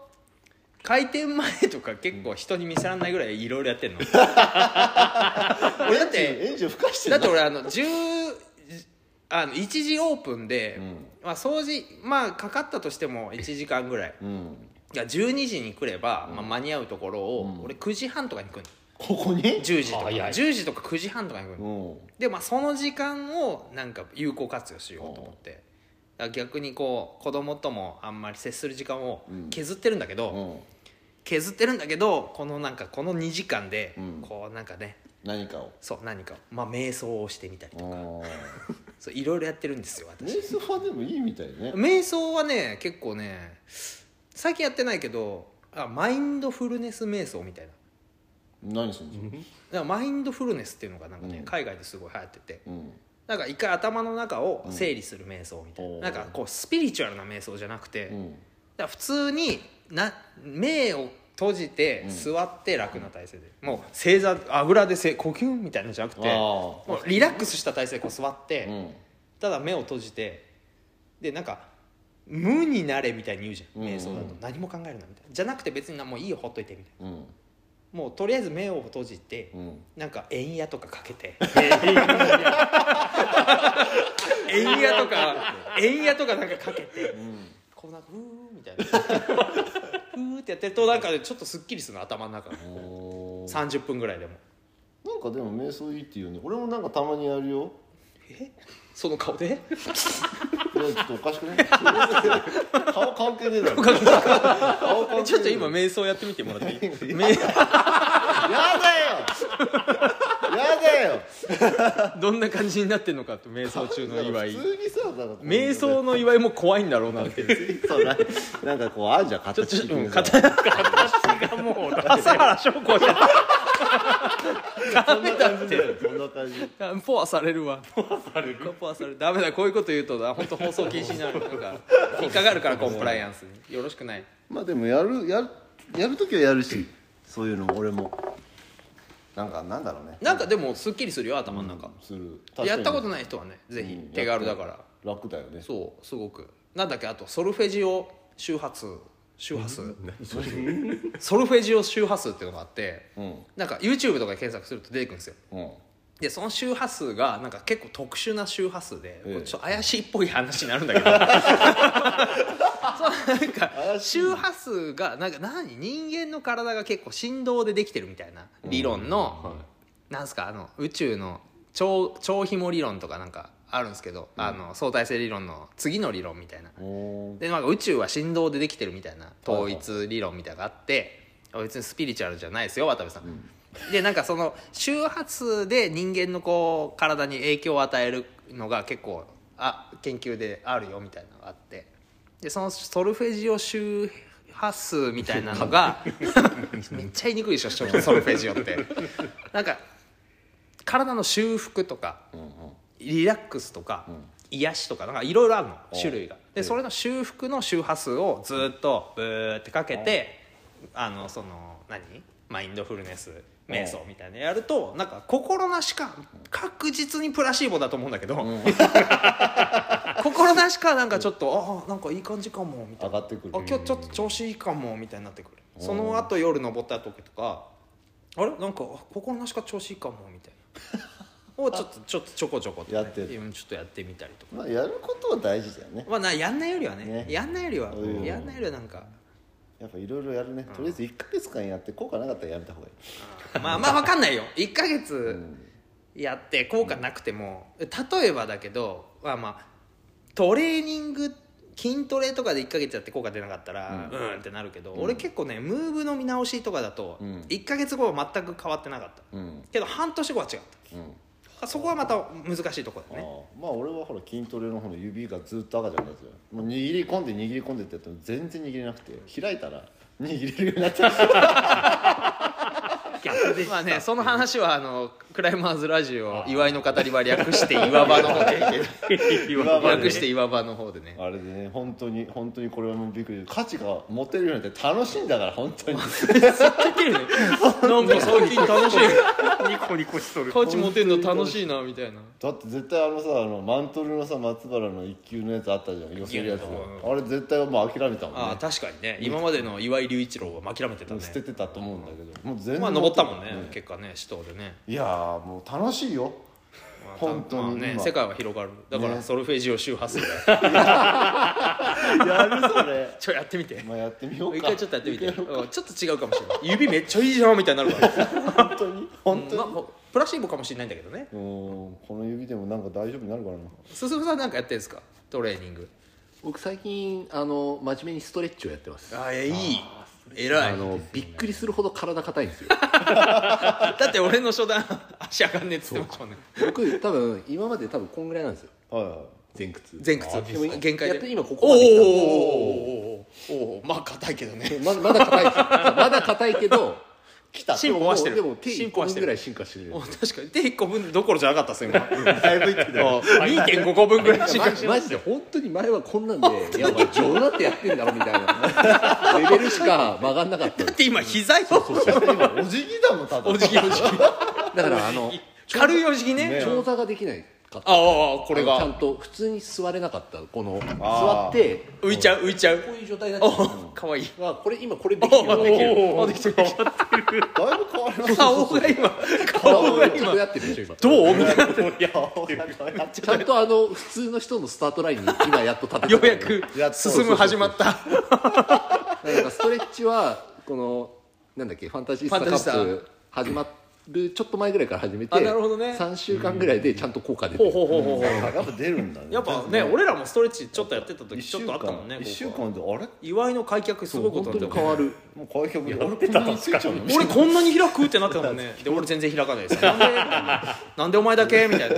[SPEAKER 1] 開店前とか結構人に見せられないぐらいいろいろやってんの俺だって
[SPEAKER 2] エンジンふかして
[SPEAKER 1] だ
[SPEAKER 2] る
[SPEAKER 1] って俺あの10あの1時オープンで、
[SPEAKER 2] うん
[SPEAKER 1] まあ、掃除まあかかったとしても1時間ぐらい
[SPEAKER 2] うん
[SPEAKER 1] いや12時に来れば、まあ、間に合うところを、
[SPEAKER 2] うん
[SPEAKER 1] 俺9時半とかに来る
[SPEAKER 2] ここに
[SPEAKER 1] 10時とか
[SPEAKER 4] あ早い
[SPEAKER 1] 10時とか9時半とかに来る
[SPEAKER 2] う
[SPEAKER 1] の
[SPEAKER 2] ん
[SPEAKER 1] で、まあ、その時間をなんか有効活用しようと思ってだから逆にこう子供ともあんまり接する時間を
[SPEAKER 2] うん
[SPEAKER 1] 削ってるんだけど、
[SPEAKER 2] うん
[SPEAKER 1] 削ってるんだけどこのなんかこの2時間で、
[SPEAKER 2] うん
[SPEAKER 1] こうなんかね
[SPEAKER 2] 何かを
[SPEAKER 1] そう何か、まあ、瞑想をしてみたりとか
[SPEAKER 2] あ
[SPEAKER 1] そういろいろやってるんですよ
[SPEAKER 2] ー
[SPEAKER 1] 私
[SPEAKER 2] 瞑想はでもいいみたいね
[SPEAKER 1] 瞑想はね結構ね最近やってないけどあマインドフルネス瞑想みたいな
[SPEAKER 2] 何するの
[SPEAKER 1] だからマインドフルネスっていうのがなんかね、
[SPEAKER 2] うん
[SPEAKER 1] 海外ですごい流行ってて
[SPEAKER 2] うん
[SPEAKER 1] なんか一回頭の中を整理する瞑想みたいな、
[SPEAKER 2] うん
[SPEAKER 1] なんかこうスピリチュアルな瞑想じゃなくて、
[SPEAKER 2] う
[SPEAKER 1] だか
[SPEAKER 2] ん
[SPEAKER 1] ら普通にな目を閉じて
[SPEAKER 2] うん
[SPEAKER 1] 座って楽な体勢で、もう正座あぐらでせ呼吸みたいなのじゃなくて
[SPEAKER 2] あー
[SPEAKER 1] もうリラックスした体勢でこう座って、
[SPEAKER 2] うん
[SPEAKER 1] ただ目を閉じてでなんか無になれみたいに言うじゃん
[SPEAKER 2] うんうん
[SPEAKER 1] 瞑想だと何も考えるなみたいなじゃなくて別になもういいよほっといてみたい
[SPEAKER 2] うん
[SPEAKER 1] なもうとりあえず目を閉じて
[SPEAKER 2] うん
[SPEAKER 1] なんか円やとかかけ て円やとか円やとかなんかかけてこうなんかうーみたいなうーってやってるとなんかちょっとすっきりするの頭の中が
[SPEAKER 2] うんおー
[SPEAKER 1] 30分ぐらいでも
[SPEAKER 2] なんかでも瞑想いいっていうね俺もなんかたまにやるよ
[SPEAKER 1] えその顔 で
[SPEAKER 2] いやちょっとおかしくない顔関係ねえだろ顔関係ねえ
[SPEAKER 1] ちょっと今瞑想やってみてもらっていい瞑
[SPEAKER 2] やだよやだよ
[SPEAKER 1] どんな感じになってんのかって瞑想中の祝 い
[SPEAKER 2] 普通にさだから
[SPEAKER 1] 瞑想の祝いも怖いんだろうなって
[SPEAKER 2] そうななんかこうあるじゃん形的にさ
[SPEAKER 1] ちょ
[SPEAKER 4] 私がもうだって
[SPEAKER 1] 笠原 翔子じゃ
[SPEAKER 2] そんな感じだよそんな感じ
[SPEAKER 1] んポアされるわポアされるダメだこういうこと言うとだ本当放送禁止になるなん か引っかかるからコンプライアンスによろしくない
[SPEAKER 2] まあでもやるやるやる時はやるしそういうのも俺もなんかなんだろうね
[SPEAKER 1] なんかでもすっきりするよ頭の中、
[SPEAKER 2] する
[SPEAKER 1] やったこと
[SPEAKER 2] い
[SPEAKER 1] ない人はねぜひ手軽だから、
[SPEAKER 2] 楽だよね
[SPEAKER 1] そうすごくなんだっけあとソルフェジオ周波数周波数 ソルフェジオ周波数っていうのがあって、
[SPEAKER 2] うん
[SPEAKER 1] なんか YouTube とかで検索すると出てくるんですよ
[SPEAKER 2] うん
[SPEAKER 1] でその周波数がなんか結構特殊な周波数で、
[SPEAKER 2] ええ
[SPEAKER 1] これちょっと怪しいっぽい話になるんだけ どそうなんか周波数がなんか何人間の体が結構振動でできてるみたいな理論の、なんすかあの宇宙の超超ひも理論とかなんかあるんですけど、あの相対性理論の次の理論みたいな、
[SPEAKER 2] おー
[SPEAKER 1] でなんか宇宙は振動でできてるみたいな統一理論みたいなのがあって別にスピリチュアルじゃないですよ渡部さん、でなんかその周波数で人間のこう体に影響を与えるのが結構あ研究であるよみたいなのがあってでそのソルフェジオ周波数みたいなの がめっちゃ言いにくいでしょソルフェジオってなんか体の修復とか
[SPEAKER 2] うんうん
[SPEAKER 1] リラックスとか、癒しとかなんかいろいろあるの種類がでそれの修復の周波数をずっとブーってかけてあのその何マインドフルネス瞑想みたいなのやるとなんか心なしか確実にプラシーボだと思うんだけど、 心なしかなんかちょっとああなんかいい感じかもみたい
[SPEAKER 2] 上
[SPEAKER 1] な
[SPEAKER 2] がってくる
[SPEAKER 1] あ今日ちょっと調子いいかもみたいになってくるその後夜登った時とかあれなんかあ心なしか調子いいかもみたいな をちょっとちょっとちょこちょこと、ね、
[SPEAKER 2] やってる
[SPEAKER 1] うんちょっとやってみたりとか
[SPEAKER 2] まあやることは大事だよね
[SPEAKER 1] まあなやんないよりはね
[SPEAKER 2] ね
[SPEAKER 1] やんないよりは、
[SPEAKER 2] うん
[SPEAKER 1] やんないよりはなんか
[SPEAKER 2] やっぱいろいろやるねとりあえず1か月間やって効果なかったらやめた方がいい
[SPEAKER 1] まあまあ分かんないよ1ヶ月やって効果なくても例えばだけどまあまあトレーニング筋トレとかで1ヶ月やって効果出なかったらうん、ってなるけど、俺結構ねムーブの見直しとかだと
[SPEAKER 2] うん
[SPEAKER 1] 1ヶ月後は全く変わってなかった、
[SPEAKER 2] うん
[SPEAKER 1] けど半年後は違っ
[SPEAKER 2] うん
[SPEAKER 1] たそこはまた難しいとこ
[SPEAKER 2] あ
[SPEAKER 1] だよね
[SPEAKER 2] あまあ俺はほら筋トレの方の指がずっと赤ちゃんだったよもう握り込んで握り込んでってやっても全然握れなくて開いたら握れるようになっち ゃう
[SPEAKER 1] 逆でまあ ねその話はあのクライマーズラジオ岩井の語り場略して岩場の 方で
[SPEAKER 2] 岩場で
[SPEAKER 1] 略して岩場の方でね
[SPEAKER 2] あれでね本当に本当にこれはもうびっくり価値が持てるようになって楽しいんだから本 当に
[SPEAKER 1] なんか最近楽しい
[SPEAKER 4] ニコニコしとる
[SPEAKER 1] 価値持てんの楽しいなみたいな
[SPEAKER 2] だって絶対あのさあのマントルのさ松原の一級のやつあったじゃん寄せるやつ
[SPEAKER 1] いや
[SPEAKER 2] あれ絶対もう諦めたもん
[SPEAKER 1] ああ
[SPEAKER 2] ね
[SPEAKER 1] 確かにね今までの岩井隆一郎は諦めてたね
[SPEAKER 2] 捨ててたと思うんだけどもう全然
[SPEAKER 1] まあ登ったもんね結果ね死闘でね
[SPEAKER 2] いやーもう楽しいよ
[SPEAKER 1] まあ
[SPEAKER 2] 本当に
[SPEAKER 1] まあね
[SPEAKER 2] 今
[SPEAKER 1] 世界は広がるだから
[SPEAKER 2] ね
[SPEAKER 1] ソルフェージを周波数で
[SPEAKER 2] やるそれ
[SPEAKER 1] ちょやってみて
[SPEAKER 2] まあやってみようか
[SPEAKER 1] 一回ちょっとやってみてうんちょっと違うかもしれない指めっちゃいいじゃんみたいになるから
[SPEAKER 2] 本当に本当に
[SPEAKER 1] まあプラシーボかもしれないんだけどね
[SPEAKER 2] うーんこの指でもなんか大丈夫になるかな
[SPEAKER 1] 進さんなんかやってるんですかトレーニング
[SPEAKER 3] 僕最近あの真面目にストレッチをやってます
[SPEAKER 1] ああいい偉
[SPEAKER 3] あ
[SPEAKER 1] い
[SPEAKER 3] のびっくりするほど体硬いんですよ
[SPEAKER 1] だって俺の初段足上がんねえっつってましたもんね
[SPEAKER 3] 僕多分今まで多分こんぐらいなんですよ
[SPEAKER 2] はいはい
[SPEAKER 3] 前屈
[SPEAKER 1] 前屈
[SPEAKER 3] でも
[SPEAKER 1] 限界
[SPEAKER 3] やっ
[SPEAKER 1] で
[SPEAKER 3] と今こ
[SPEAKER 1] お
[SPEAKER 3] こまで来た
[SPEAKER 1] お
[SPEAKER 3] んで
[SPEAKER 1] おおおおおまあ硬いけどね
[SPEAKER 3] ままだ硬いですよまだ硬いけど
[SPEAKER 2] 来た
[SPEAKER 1] 進歩はしてる
[SPEAKER 3] でも手1
[SPEAKER 1] 進歩は
[SPEAKER 3] 個
[SPEAKER 1] して
[SPEAKER 3] 分
[SPEAKER 1] る
[SPEAKER 3] ぐらい進化してる
[SPEAKER 1] お確かに手1個分どころじゃなかったっすよ今
[SPEAKER 2] だいぶいってたよ
[SPEAKER 1] 2.5個分ぐらいしか
[SPEAKER 3] マジマジで本当に前はこんなんでいやお前冗談ってやってんだろみたいなレベルしか曲がんなかった
[SPEAKER 1] だって今膝よ
[SPEAKER 2] 今お辞儀だもんただ
[SPEAKER 1] お辞儀お辞
[SPEAKER 3] だからあの
[SPEAKER 1] 儀軽いお辞儀ね
[SPEAKER 2] ね
[SPEAKER 3] 調座ができないかった
[SPEAKER 1] ああこれ
[SPEAKER 3] ちゃん
[SPEAKER 1] が
[SPEAKER 3] と普通に座れなかったこの座
[SPEAKER 2] あー
[SPEAKER 3] って
[SPEAKER 1] 浮いちゃう浮いちゃう
[SPEAKER 3] こういう状態だった
[SPEAKER 1] お
[SPEAKER 3] の
[SPEAKER 1] かわいい
[SPEAKER 3] がこれ今これできるようになってる
[SPEAKER 1] お おできてるできてる
[SPEAKER 2] いぶ変わりました
[SPEAKER 1] 顔が今顔
[SPEAKER 3] 顔
[SPEAKER 1] が
[SPEAKER 3] がちょっ
[SPEAKER 1] 今
[SPEAKER 3] とやってるでしょ今
[SPEAKER 1] どうみたいな
[SPEAKER 3] ちゃんとあの普通の人のスタートラインに今やっと立って
[SPEAKER 1] ようやく
[SPEAKER 2] やっと
[SPEAKER 1] 進む始まった
[SPEAKER 3] なんかストレッチはこのなんだっけファンタジースタカ
[SPEAKER 1] ファンタジス
[SPEAKER 3] ップ始まっるちょっと前ぐらいから始めて
[SPEAKER 1] あなるほどね
[SPEAKER 3] 3週間ぐらいでちゃんと効果出て
[SPEAKER 1] ほう
[SPEAKER 3] る
[SPEAKER 1] ほうほうほうほう
[SPEAKER 2] やっぱ出るんだね
[SPEAKER 1] やっぱね俺らもストレッチちょっとやってた
[SPEAKER 2] 一
[SPEAKER 1] 時ちょっ
[SPEAKER 2] 週
[SPEAKER 1] とあ
[SPEAKER 2] 間
[SPEAKER 1] ったもんね
[SPEAKER 2] 一週
[SPEAKER 1] ここ
[SPEAKER 2] 間であれ
[SPEAKER 1] 岩井の開脚す
[SPEAKER 3] そう
[SPEAKER 1] ごいこと
[SPEAKER 3] 本
[SPEAKER 1] に
[SPEAKER 3] 当
[SPEAKER 1] なったよ
[SPEAKER 3] に変わ
[SPEAKER 1] ね
[SPEAKER 3] る
[SPEAKER 2] もう開脚で
[SPEAKER 4] や
[SPEAKER 2] あれ
[SPEAKER 4] って
[SPEAKER 2] こ
[SPEAKER 4] た
[SPEAKER 2] んなについちゃうの
[SPEAKER 1] 俺こんなに開くってなってたもん ねで俺全然開 かないですなんでなんでお前だけみたいな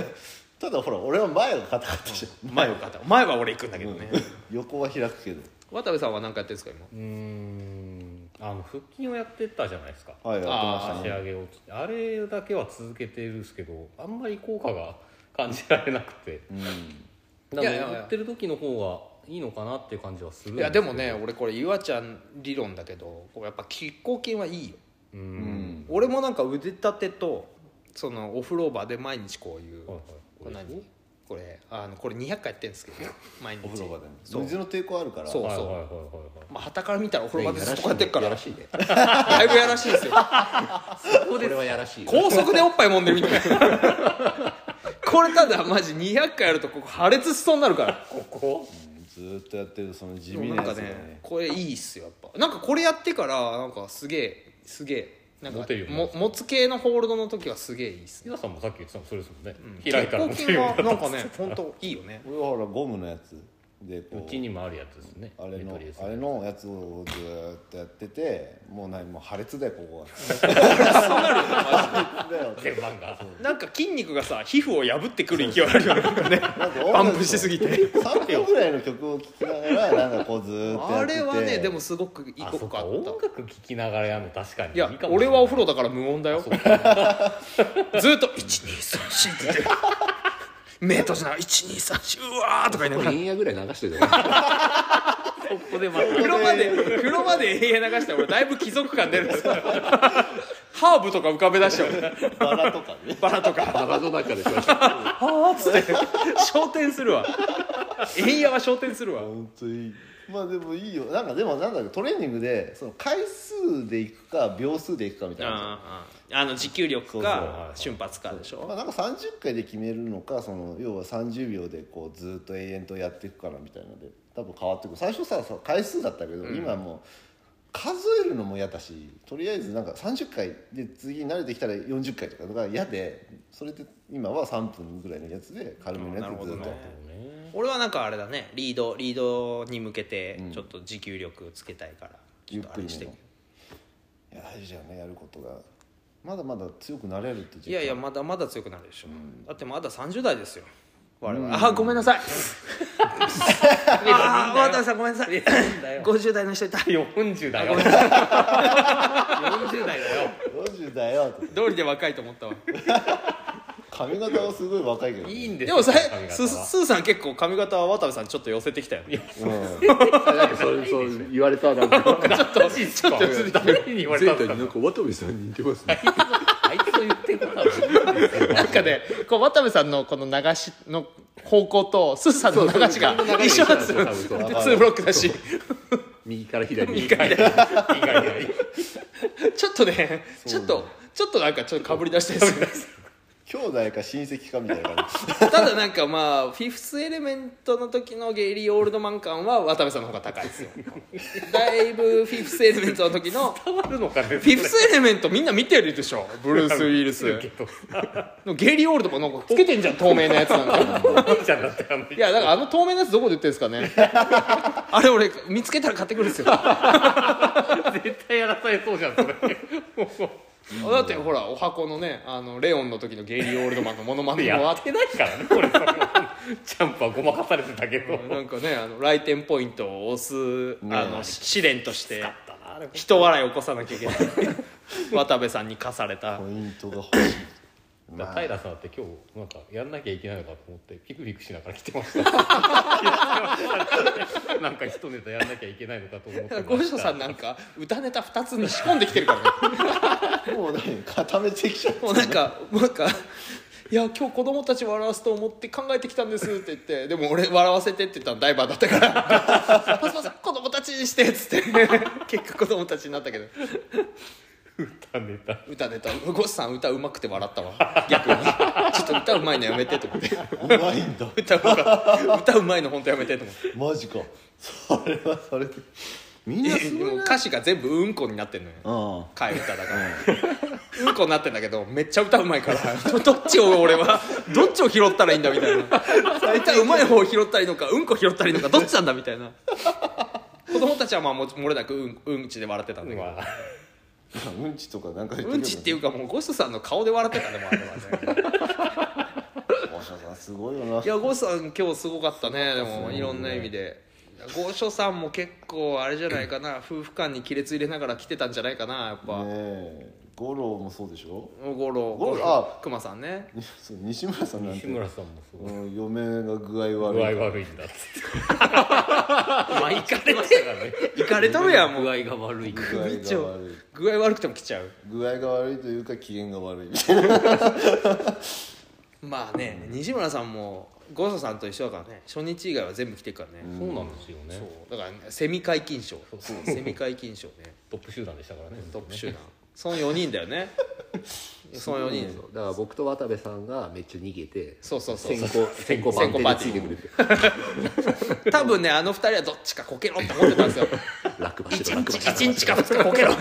[SPEAKER 2] ただほら俺は前が硬かったし
[SPEAKER 1] 前を買った前は俺行くんだけどね
[SPEAKER 2] 横は開くけど
[SPEAKER 1] 渡部さんは何かやってるんですか今
[SPEAKER 4] うーんあの腹筋をやってたじゃないですか
[SPEAKER 2] はいやってま
[SPEAKER 4] 足
[SPEAKER 2] したね
[SPEAKER 4] 上げをつってあれだけは続けてるんですけどあんまり効果が感じられなくて
[SPEAKER 2] うん
[SPEAKER 4] だから
[SPEAKER 1] いやいやいや
[SPEAKER 4] やってる時の方がいいのかなっていう感じはするん
[SPEAKER 1] い
[SPEAKER 4] す
[SPEAKER 1] や
[SPEAKER 4] け
[SPEAKER 1] で
[SPEAKER 4] ど
[SPEAKER 1] もね俺これゆあちゃん理論だけどこうやっぱ拮抗筋はいいよ
[SPEAKER 4] う
[SPEAKER 2] うんん
[SPEAKER 1] 俺もなんか腕立てとそのお風呂場で毎日こういう
[SPEAKER 4] はいはい
[SPEAKER 1] これ何これあのこれ200回やってるんですけど毎日
[SPEAKER 2] お風呂場で
[SPEAKER 1] そう
[SPEAKER 2] 水の抵抗あるから
[SPEAKER 1] そう
[SPEAKER 4] はいはいはいはい
[SPEAKER 1] まあはたから見たらお風呂場でずっとこうやってるか
[SPEAKER 3] や
[SPEAKER 1] ら
[SPEAKER 3] らしいね
[SPEAKER 1] だいぶやらしいですよ
[SPEAKER 3] これはやらしいよ
[SPEAKER 1] 高速でおっぱい揉んでるみたいなこれただマジ200回やるとここ破裂しそうになるから
[SPEAKER 4] ここ
[SPEAKER 2] うんずーっとやってるその地
[SPEAKER 1] でも
[SPEAKER 2] 味
[SPEAKER 1] な
[SPEAKER 2] なんや
[SPEAKER 1] か
[SPEAKER 2] つだよ
[SPEAKER 1] ね
[SPEAKER 2] ね
[SPEAKER 1] これいいっすよやっぱなんかこれやってからなんかすげえすげえなんか
[SPEAKER 4] モテるよね
[SPEAKER 1] も持つ系のホールドの時はすげえいいっすね
[SPEAKER 4] 皆さんもさっき言ってたのそれですもんね、
[SPEAKER 1] 結
[SPEAKER 4] 開いたら
[SPEAKER 1] 構
[SPEAKER 4] 持て
[SPEAKER 1] 筋
[SPEAKER 4] るよう
[SPEAKER 1] は
[SPEAKER 4] になる
[SPEAKER 1] なんかね本当いいよね
[SPEAKER 2] 俺はほらゴムのやつでこ
[SPEAKER 4] う
[SPEAKER 2] う
[SPEAKER 4] ちにもあるやつですね
[SPEAKER 2] あれ
[SPEAKER 4] メ
[SPEAKER 2] の
[SPEAKER 4] トリエス
[SPEAKER 2] あれのやつをずーっとやっててもう何もう破裂だよここは破裂 だよ
[SPEAKER 4] 全番が
[SPEAKER 1] なんか筋肉がさ皮膚を破ってくる勢いあるよねなんかね
[SPEAKER 2] なんか
[SPEAKER 1] バンプしすぎて
[SPEAKER 2] 3秒ぐらいの曲を聴きながらなんかこうずーっとや
[SPEAKER 1] あ
[SPEAKER 2] ってて
[SPEAKER 1] れはねでもすごくいい
[SPEAKER 4] あ
[SPEAKER 1] こ
[SPEAKER 4] そう
[SPEAKER 1] か
[SPEAKER 4] か
[SPEAKER 1] っ
[SPEAKER 4] 音
[SPEAKER 1] た
[SPEAKER 4] 楽聴きながらやるの確かに
[SPEAKER 1] いや
[SPEAKER 4] かも
[SPEAKER 1] 俺
[SPEAKER 4] しれな
[SPEAKER 1] はお風呂だから無音だよずー っと「1234」って言 って目閉じながら「1234」うわーとか言いながら
[SPEAKER 3] 円やぐらい流してるよ
[SPEAKER 4] ここでまた
[SPEAKER 1] 風呂場で風呂場で永遠流したら俺だいぶ貴族感出るん ですよハーブとか浮かべ出しちゃう
[SPEAKER 2] バラとかね
[SPEAKER 1] バラとか
[SPEAKER 3] バラの中でしょ
[SPEAKER 1] あーっつって昇天するわ円やは昇天するわ
[SPEAKER 2] 本当にまあでもいいよなんかでもなんだろうトレーニングでその回数でいくか秒数でいくかみたいな
[SPEAKER 1] ああの持久力
[SPEAKER 2] そうそう
[SPEAKER 1] か瞬発かでし
[SPEAKER 2] ま
[SPEAKER 1] ょ
[SPEAKER 2] あ、なんか30回で決めるのかその要は30秒でこうずーっと永遠とやっていくからみたいなので多分変わってくる最初ささ回数だったけど、今はもう数えるのも嫌だしとりあえずなんか30回で次慣れてきたら40回とかだから嫌でそれで今は3分ぐらいのやつで軽めのやつずーっとやってる
[SPEAKER 1] 俺はなんかあれだねリードリードに向けてちょっと持久力つけたいからちょ
[SPEAKER 2] ゆ
[SPEAKER 1] っ
[SPEAKER 2] っ
[SPEAKER 1] とあ
[SPEAKER 2] く
[SPEAKER 1] れ
[SPEAKER 2] り
[SPEAKER 1] にして
[SPEAKER 2] ねいや大事だよねやることがまだまだ強くなれるって
[SPEAKER 1] いやいやまだまだ強くなるでしょ、だってまだ30代ですよ我々、ああごめんなさ いああ渡部さんごめんなさい50代の 人いた
[SPEAKER 4] 40だよ40代だよ
[SPEAKER 2] 40だよと
[SPEAKER 1] 道理で若いと思ったわ
[SPEAKER 2] 髪型はすごい若いけど、ね、
[SPEAKER 4] いい
[SPEAKER 2] うん
[SPEAKER 4] です
[SPEAKER 1] で
[SPEAKER 4] よ
[SPEAKER 1] もさ
[SPEAKER 4] 髪型
[SPEAKER 1] す
[SPEAKER 4] は
[SPEAKER 1] すーさん結構髪型は渡部さんちょっと寄せてきたよね
[SPEAKER 3] なんかそうそう言われたなんか
[SPEAKER 4] ちょっとちょっと誰に言われたんですか
[SPEAKER 3] んか渡部さんに似てますね
[SPEAKER 4] あいつの言ってることは自分で言ってる
[SPEAKER 1] なんかねこう渡部さんのこの流しの方向とすーさんの流しが一緒なんですよ
[SPEAKER 3] そうそうそう
[SPEAKER 1] でツーブロックだし
[SPEAKER 3] 右から左に
[SPEAKER 1] 右から左
[SPEAKER 4] 意外に
[SPEAKER 1] ちょっとねちょっとちょっとなんかちょっとかぶり出してるんですよ
[SPEAKER 2] 兄弟か親戚かみたいな感じ
[SPEAKER 1] ただなんかまあフィフスエレメントの時のゲイリー・オールドマン感は渡部さんの方が高いですよ だいぶフィフスエレメントの時の
[SPEAKER 4] 伝わるのかねフ
[SPEAKER 1] フィフスエレメントみんな見てるでしょブルース・ウィルスのゲイリー・オールドもなんかつけてんじゃん透明なやつなんか
[SPEAKER 4] いいじゃんだってあの
[SPEAKER 1] いやだからあの透明なやつどこで売ってるんですかねあれ俺見つけたら買ってくるんですよ だ
[SPEAKER 4] 絶対やらされそうじゃんそれ
[SPEAKER 1] ってほらお箱のねあのレオンの時のゲイリー・オールドマンのモノマネも
[SPEAKER 4] や
[SPEAKER 1] あ
[SPEAKER 4] っ
[SPEAKER 1] って
[SPEAKER 4] ないからねこれそれジャンプはごまかされてたけど
[SPEAKER 1] てなんかねあの来店ポイントを押す、あの試練として
[SPEAKER 4] だなあれ
[SPEAKER 1] 人笑いを起こさなきゃいけない渡部さんに課された
[SPEAKER 2] ポイントが欲しいまあ
[SPEAKER 4] 平さんって今日なんかやんなきゃいけないのかと思ってピクピクしながら来てましたなんか一ネタやんなきゃいけないのかと思ってました
[SPEAKER 1] ゴショさんなんか歌ネタ2つに仕込んできてるからね
[SPEAKER 2] もう何固めてきちゃっ
[SPEAKER 1] もうなんかなんか「いや今日子供たち笑わすと思って考えてきたんです」って言って「でも俺笑わせて」って言ったのダイバーだったから「パスパス子供たちにして」っつって結果子供たちになったけど
[SPEAKER 4] 歌ネタ
[SPEAKER 1] 歌ネタ「ゴシさん歌うまくて笑ったわ逆にちょっと歌うまいのやめて」と思って
[SPEAKER 2] たうまいんだ
[SPEAKER 1] 歌うまか歌うまいの本当やめてと思って
[SPEAKER 2] マジかそれはそれでみんなす
[SPEAKER 1] で
[SPEAKER 2] ごい
[SPEAKER 1] も
[SPEAKER 2] な
[SPEAKER 1] 歌詞が全部「うんこ」になってんのよ
[SPEAKER 2] うん
[SPEAKER 1] 替え歌だからうんこ子になってんだけどめっちゃ歌うまいから どっちを俺はどっちを拾ったらいいんだみたいな一体うまい方を拾ったりのかうんこ拾ったりのかどっちなんだみたいな子供たちはまあもち漏れなくうんうんちで笑ってたんだけど、
[SPEAKER 4] まあ
[SPEAKER 2] うんちとかなんか言って
[SPEAKER 1] うんちっていう
[SPEAKER 2] う
[SPEAKER 1] かもうゴスさんの顔で笑ってたねもうあれ はね
[SPEAKER 2] 大島さんすごいよない
[SPEAKER 1] やゴスさん今日すごかったねでもいろんな意味でゴーショさんも結構あれじゃないかな夫婦間に亀裂入れながら来てたんじゃないかなやっぱ、
[SPEAKER 2] ねえ五郎もそうでしょ
[SPEAKER 1] ゴロ
[SPEAKER 2] ゴ
[SPEAKER 1] ゴ
[SPEAKER 2] ロ
[SPEAKER 1] ロ
[SPEAKER 2] あ
[SPEAKER 1] クマさんね
[SPEAKER 2] そう西村さんなんて
[SPEAKER 4] 西村さんもすごい
[SPEAKER 2] うん嫁が具合
[SPEAKER 4] 具
[SPEAKER 2] 悪い
[SPEAKER 4] 合悪いんだっつって
[SPEAKER 1] まあ行かれ
[SPEAKER 4] ま
[SPEAKER 1] て
[SPEAKER 4] したからね
[SPEAKER 1] 行かれとるやんもう
[SPEAKER 4] 具合が悪い
[SPEAKER 2] 具合
[SPEAKER 1] 組長
[SPEAKER 2] が悪い
[SPEAKER 1] 具合悪くても来ちゃう
[SPEAKER 2] 具合が悪いというか機嫌が悪いみたいな
[SPEAKER 1] まあね西村さんもゴソさんと一緒だからね初日以外は全部来てるからね、
[SPEAKER 4] そうなんですよね
[SPEAKER 1] そうだから、ね、セミ解禁賞セミ解禁賞ね
[SPEAKER 4] トップ集団でしたからね
[SPEAKER 1] トップ集団その4人だよ ねその4人
[SPEAKER 3] そうだから僕と渡部さんがめっちゃ逃げて
[SPEAKER 1] そうそうそう
[SPEAKER 3] 先行先行番手でついてくるって
[SPEAKER 1] 多分ねあの2人はどっちかこけろって思ってたんです よ
[SPEAKER 3] 楽場所
[SPEAKER 1] 一
[SPEAKER 3] だ楽
[SPEAKER 1] 日
[SPEAKER 3] 場所だ
[SPEAKER 1] 一日か2日こけろ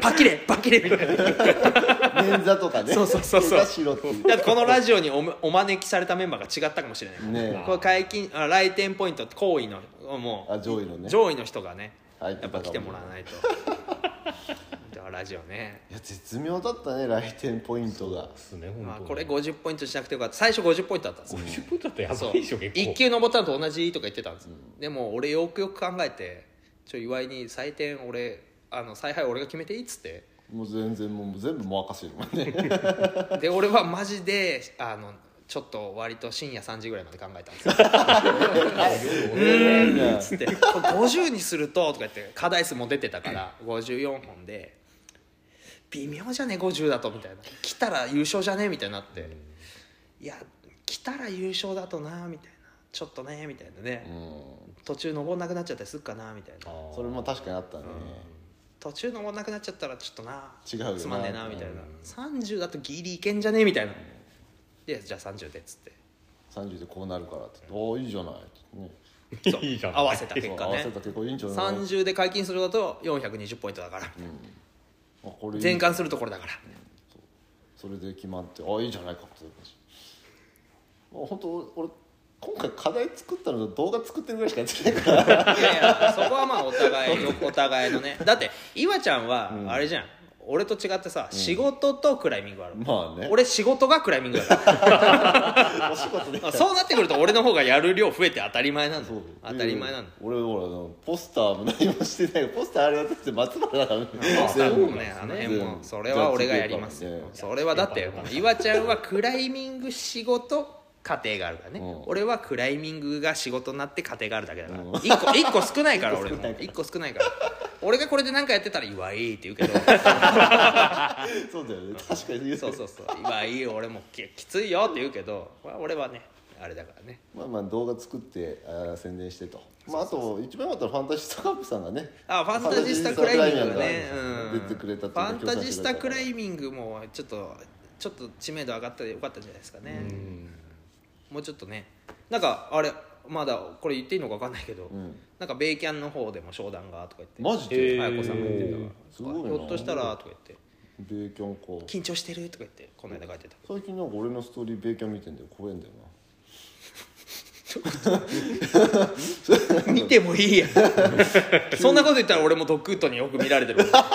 [SPEAKER 1] パキレパキレみたいな
[SPEAKER 2] 捻挫とかね
[SPEAKER 1] そうそうそうそう
[SPEAKER 2] 怪我しろっていう
[SPEAKER 1] だってこのラジオにおむお招きされたメンバーが違ったかもしれない、
[SPEAKER 2] ね
[SPEAKER 1] これ解禁あ来店ポイント行為のもう
[SPEAKER 2] あ上位のね
[SPEAKER 1] 上位の人がねや
[SPEAKER 2] 入
[SPEAKER 1] っ
[SPEAKER 2] ってたか
[SPEAKER 1] ぱ
[SPEAKER 2] も
[SPEAKER 1] 来てもらわ ないとだからラジオね
[SPEAKER 2] いや絶妙だったね来店ポイントが
[SPEAKER 4] ですね
[SPEAKER 1] まあ、
[SPEAKER 4] 本当
[SPEAKER 1] これ50ポイントしなくてよかった最初50ポイントだったんですよ
[SPEAKER 4] 50分だとやば
[SPEAKER 1] そう
[SPEAKER 4] いでしょ結構
[SPEAKER 1] 1級登ったのと同じとか言ってたんですよ、でも俺よくよく考えてちょ岩井に採点俺あの采配俺が決めていいっつって
[SPEAKER 2] もう全然もう全部任せるもんね
[SPEAKER 1] で俺はマジであのちょっと割と深夜3時ぐらいまで考えたんですよ
[SPEAKER 2] うん
[SPEAKER 1] つって「これ50にすると」とか言って課題数も出てたから54本で「微妙じゃね50だと」みたいな「来たら優勝じゃね?」みたいになって「いや来たら優勝だとな」みたいな「ちょっとね」みたいなね途中登んなくなっちゃったりするかなみたいな
[SPEAKER 2] それも確かにあったね
[SPEAKER 1] 途中登んなくなっちゃったらちょっとな
[SPEAKER 2] 違うよな
[SPEAKER 1] つまんねえなみたいな
[SPEAKER 2] うん
[SPEAKER 1] 30だとギリいけんじゃねみたいなでじゃあ30でっつっ て
[SPEAKER 2] 30でこうなるからって「おおいいじゃない」ってね
[SPEAKER 1] そう
[SPEAKER 4] いいじゃん
[SPEAKER 1] 合わせた結
[SPEAKER 2] 合
[SPEAKER 1] 果
[SPEAKER 2] わ
[SPEAKER 1] ね
[SPEAKER 2] せた結構いいんじゃない
[SPEAKER 1] 30で解禁するだと420ポイントだから
[SPEAKER 2] あこれいい
[SPEAKER 1] 全冠するところだから
[SPEAKER 2] それで決まって「あいいじゃないか」ってもう本当俺今回課題作ったのと動画作ってるぐらいしかやってないから
[SPEAKER 1] いやいやそこはまあお互い のお互いのねだって岩ちゃんはあれじゃん、俺と違ってさ仕事とクライミングある、
[SPEAKER 2] まあね
[SPEAKER 1] 俺仕事がクライミングだから
[SPEAKER 2] お仕事で
[SPEAKER 1] あそうなってくると俺の方がやる量増えて当たり前なんだ
[SPEAKER 2] そう
[SPEAKER 1] 当たり前なんだ
[SPEAKER 2] 俺ほらあのポスターも何もしてないポスターあれはだって松原だからね
[SPEAKER 1] あそう
[SPEAKER 2] 全部
[SPEAKER 1] ねあの
[SPEAKER 2] 全
[SPEAKER 1] 辺
[SPEAKER 2] 部
[SPEAKER 1] もそれは俺がやります
[SPEAKER 2] ジャッジペーパーにね
[SPEAKER 1] それはだって岩ちゃんはクライミング仕事家庭があるからね、
[SPEAKER 2] うん
[SPEAKER 1] 俺はクライミングが仕事になって家庭があるだけだから、一 1, 個一個少ないから俺も1個 少ないから俺がこれで何かやってたら「岩いい」って言うけど
[SPEAKER 2] そうだよね確かに言う
[SPEAKER 1] そうそうそう「岩いい俺もききついよ」って言うけどまあ俺はねあれだからね
[SPEAKER 2] まあまあ動画作ってあー宣伝してとまああと一番良かったのはファンタジスタカップさんがね
[SPEAKER 1] あファンタジスタクライミングがね
[SPEAKER 2] ファンタジスタクライミングが出てくれた
[SPEAKER 1] う
[SPEAKER 2] っ
[SPEAKER 1] ん
[SPEAKER 2] て
[SPEAKER 1] ファンタジスタクラ
[SPEAKER 2] ミン
[SPEAKER 1] イミングもちょっとちょっと知名度上がったでよかったんじゃないですかねもうちょっとねなんかあれまだこれ言っていいのか分かんないけど、
[SPEAKER 2] ん
[SPEAKER 1] なんか米キャンの方でも商談がとか言
[SPEAKER 2] マ
[SPEAKER 1] って
[SPEAKER 2] ジで
[SPEAKER 1] 綾子さんが言ってたから
[SPEAKER 2] すごい
[SPEAKER 1] ひ
[SPEAKER 2] な
[SPEAKER 1] ょっとしたらとか言って
[SPEAKER 2] 米キャンか
[SPEAKER 1] 緊張してるとか言ってこの間書いてた
[SPEAKER 2] 最近なんか俺のストーリー米キャン見てんだよ怖えんだよ
[SPEAKER 1] 見てもいい やんそんなこと言ったら俺もドッグウッドによく見られて るしかも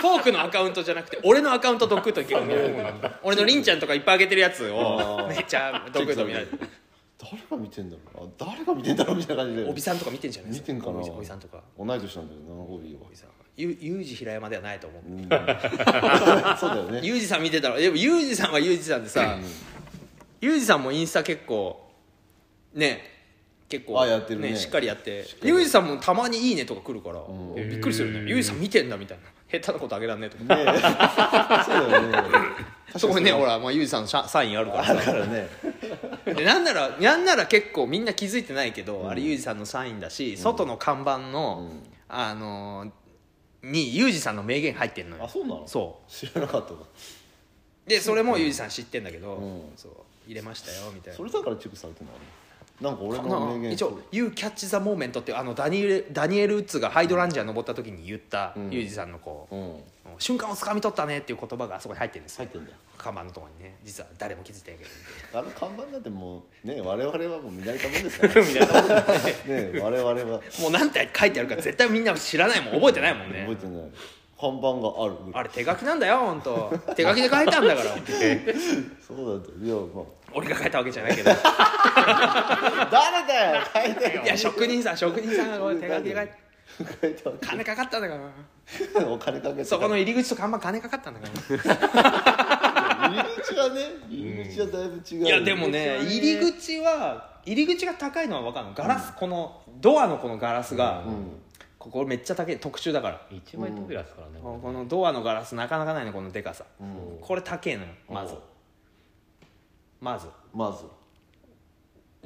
[SPEAKER 1] フォークのアカウントじゃなくて俺のアカウントドッグウッドに結構見られてる俺のりんちゃんとかいっぱいあげてるやつを
[SPEAKER 2] あー
[SPEAKER 1] めっちゃドッグウッド見られてる
[SPEAKER 2] な誰が見てんだろうあ誰が見てんだろうみたいな感じで
[SPEAKER 1] おびさんとか見てんじゃない
[SPEAKER 2] 見てんかな
[SPEAKER 1] おびおびさんとか
[SPEAKER 2] 同い年なんだよなおび
[SPEAKER 1] おびさんゆゆうじ平山ではないと思う
[SPEAKER 2] はそうだよ ね
[SPEAKER 1] ユージさん見てたらでもユージさんはユージさんでさユージさんもインスタ結構ね結構
[SPEAKER 2] あやってるね
[SPEAKER 1] しっかりやって
[SPEAKER 2] っかり
[SPEAKER 1] ユージさんもたまに「いいね」とか来るから、びっくりするねユージさん見てんだみたいな下手なことあげらんねえとか
[SPEAKER 2] ねそうだよね
[SPEAKER 1] そこにねほら、まあ、ユージさんのシャサインあるから
[SPEAKER 2] だ
[SPEAKER 1] さ
[SPEAKER 2] からね
[SPEAKER 1] でなんならなんなら結構みんな気づいてないけど、あれユージさんのサインだし、外の看板の、あのーにユージさんの名言入ってんのよ
[SPEAKER 2] あそうなの
[SPEAKER 1] そう
[SPEAKER 2] 知らなかったわ
[SPEAKER 1] うでそれもユージさん知ってんだけど、
[SPEAKER 2] うん
[SPEAKER 1] そう入れましたよみたいな
[SPEAKER 2] それだからチェックされてんのなんか俺
[SPEAKER 1] こ
[SPEAKER 2] の
[SPEAKER 1] の
[SPEAKER 2] 名言
[SPEAKER 1] 一応「You catch the moment」っていうあのダニエルダニエル・ウッズがハイドランジャー登った時に言った
[SPEAKER 2] ん
[SPEAKER 1] ユージさんのこう、
[SPEAKER 2] うん
[SPEAKER 1] 瞬間をつかみ取ったねっていう言葉があそこに入ってるんですよ
[SPEAKER 2] 入ってんだよ
[SPEAKER 1] 看板のところにね実は誰も気づいてないけど
[SPEAKER 2] あの看板なんてもうね我々はもう見慣れたもんですからねね我々は
[SPEAKER 1] もう何て書いてあるか絶対みんな知らないもん覚えてないもんね
[SPEAKER 2] 覚えてない看板がある
[SPEAKER 1] あれ手書きなんだよ本当手書きで書いたんだから
[SPEAKER 2] そうなんだよいやま
[SPEAKER 1] 俺が書いたわけじゃ ないけどい
[SPEAKER 2] あ誰だよ書いてる
[SPEAKER 1] や職人さん職人さんがこう手書きで書いた
[SPEAKER 2] 書いてあ
[SPEAKER 1] 金かかったんだから
[SPEAKER 2] るお金かけて
[SPEAKER 1] そこの入り口と看板金かかったんだから
[SPEAKER 2] 入り口はね入り口はだいぶ違う
[SPEAKER 1] いやでもね
[SPEAKER 4] 入
[SPEAKER 1] 入
[SPEAKER 4] り
[SPEAKER 1] り口は入り口が高いのは分かるのガラス、このドアのこのガラスが、ここめっちゃ高い特殊だから、
[SPEAKER 4] 一枚扉ですからね、これ
[SPEAKER 1] このドアのガラスなかなかないのこのでかさ、
[SPEAKER 2] ん
[SPEAKER 1] これ高いのよまず
[SPEAKER 2] おう
[SPEAKER 1] まず
[SPEAKER 2] まず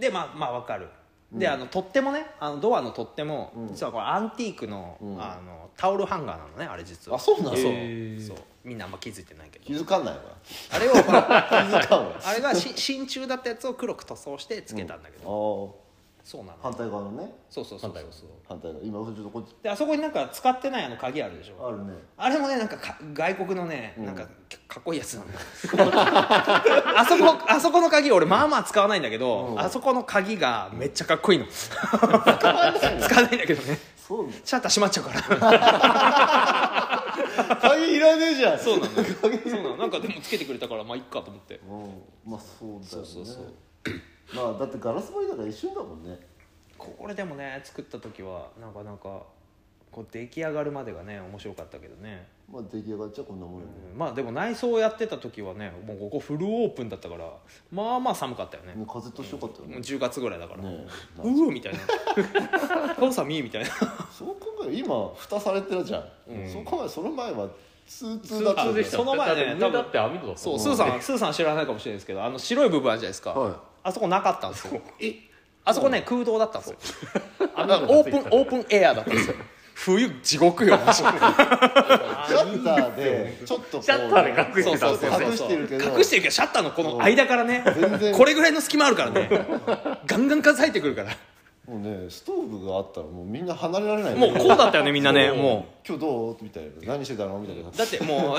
[SPEAKER 1] でまあまあわかるで、あの取っ手もねあのドアの取っ手も、実はこれアンティークの,、
[SPEAKER 2] ん
[SPEAKER 1] あのタオルハンガーなのねあれ実は
[SPEAKER 2] あそうなの
[SPEAKER 1] そう
[SPEAKER 4] へー
[SPEAKER 1] そうみんなあんま気づいてない けど
[SPEAKER 2] 気づかんないわ
[SPEAKER 1] あれを、まあ、
[SPEAKER 2] 気づかんわあ
[SPEAKER 1] あれがし真鍮だったやつを黒く塗装してつけたんだけど、
[SPEAKER 2] ー
[SPEAKER 1] そうなの
[SPEAKER 2] 反対側のね
[SPEAKER 1] そうそうそうそう
[SPEAKER 2] 反対側今ちょっとこっち
[SPEAKER 1] であそこになんか使ってないあの鍵あるでしょ
[SPEAKER 2] あるね
[SPEAKER 1] あれもねなんかか外国のねなんかかっこいいやつなのよ あそこあそこの鍵俺まあまあ使わないんだけど、あそこの鍵がめっちゃかっこいいの
[SPEAKER 2] 使わないの
[SPEAKER 1] 使わないんだけどね
[SPEAKER 2] そう
[SPEAKER 1] シャッター閉まっちゃうから
[SPEAKER 2] 鍵いらねえじゃん
[SPEAKER 1] そうなのそうなのなんかでもつけてくれたからまあいっかと思って
[SPEAKER 2] うんまあそうだ
[SPEAKER 1] そ
[SPEAKER 2] よね
[SPEAKER 1] うそうそう
[SPEAKER 2] まあだってガラス張りだから一瞬だもんね
[SPEAKER 1] これでもね作った時はなかなかこう出来上がるまでがね面白かったけどね、
[SPEAKER 2] まあ出来上がっちゃこんなもんよね、
[SPEAKER 1] うんまあでも内装をやってた時はねもうここフルオープンだったからまあまあ寒かったよね
[SPEAKER 2] ね
[SPEAKER 1] も
[SPEAKER 2] 風通しよかったよ
[SPEAKER 1] う
[SPEAKER 2] ね、
[SPEAKER 1] 10月ぐらいだから、
[SPEAKER 2] ねえ
[SPEAKER 1] ううみたいな「父さんみー」みたいな
[SPEAKER 2] そう考える今蓋されてるじゃん、そう考えるその前は通通だった
[SPEAKER 4] 普
[SPEAKER 2] よ
[SPEAKER 4] 通
[SPEAKER 2] ね
[SPEAKER 4] でした
[SPEAKER 1] その前ね
[SPEAKER 4] だって上だって網戸だった
[SPEAKER 1] そうスーさんスーさん知らないかもしれないですけどあの白い部分あるじゃないですか、
[SPEAKER 2] はい
[SPEAKER 1] あそこなかったんですよあそこね空洞だったんですよ
[SPEAKER 4] 網
[SPEAKER 1] だから
[SPEAKER 4] 戸が
[SPEAKER 1] オ
[SPEAKER 4] つ
[SPEAKER 1] ープ
[SPEAKER 4] いて
[SPEAKER 1] ン
[SPEAKER 4] たから
[SPEAKER 1] オープンエアだったんですよ冬地獄よマジで
[SPEAKER 2] シャッターでちょっとこう
[SPEAKER 4] シャッターで隠
[SPEAKER 1] そう
[SPEAKER 4] して
[SPEAKER 1] そ
[SPEAKER 4] た
[SPEAKER 1] うん
[SPEAKER 4] です
[SPEAKER 1] そ
[SPEAKER 4] よ
[SPEAKER 1] うそう
[SPEAKER 2] 隠してるけど
[SPEAKER 1] 隠してるけどシャッターのこの間からね
[SPEAKER 2] 全然
[SPEAKER 1] これぐらいの隙間あるからねガンガン風入ってくるから
[SPEAKER 2] もうねストーブがあったらもうみんな離れられない
[SPEAKER 1] もう
[SPEAKER 2] ね
[SPEAKER 1] こうだったよねみんなねも
[SPEAKER 2] 今日どうみたいな何してたのみたいな
[SPEAKER 1] うだってもう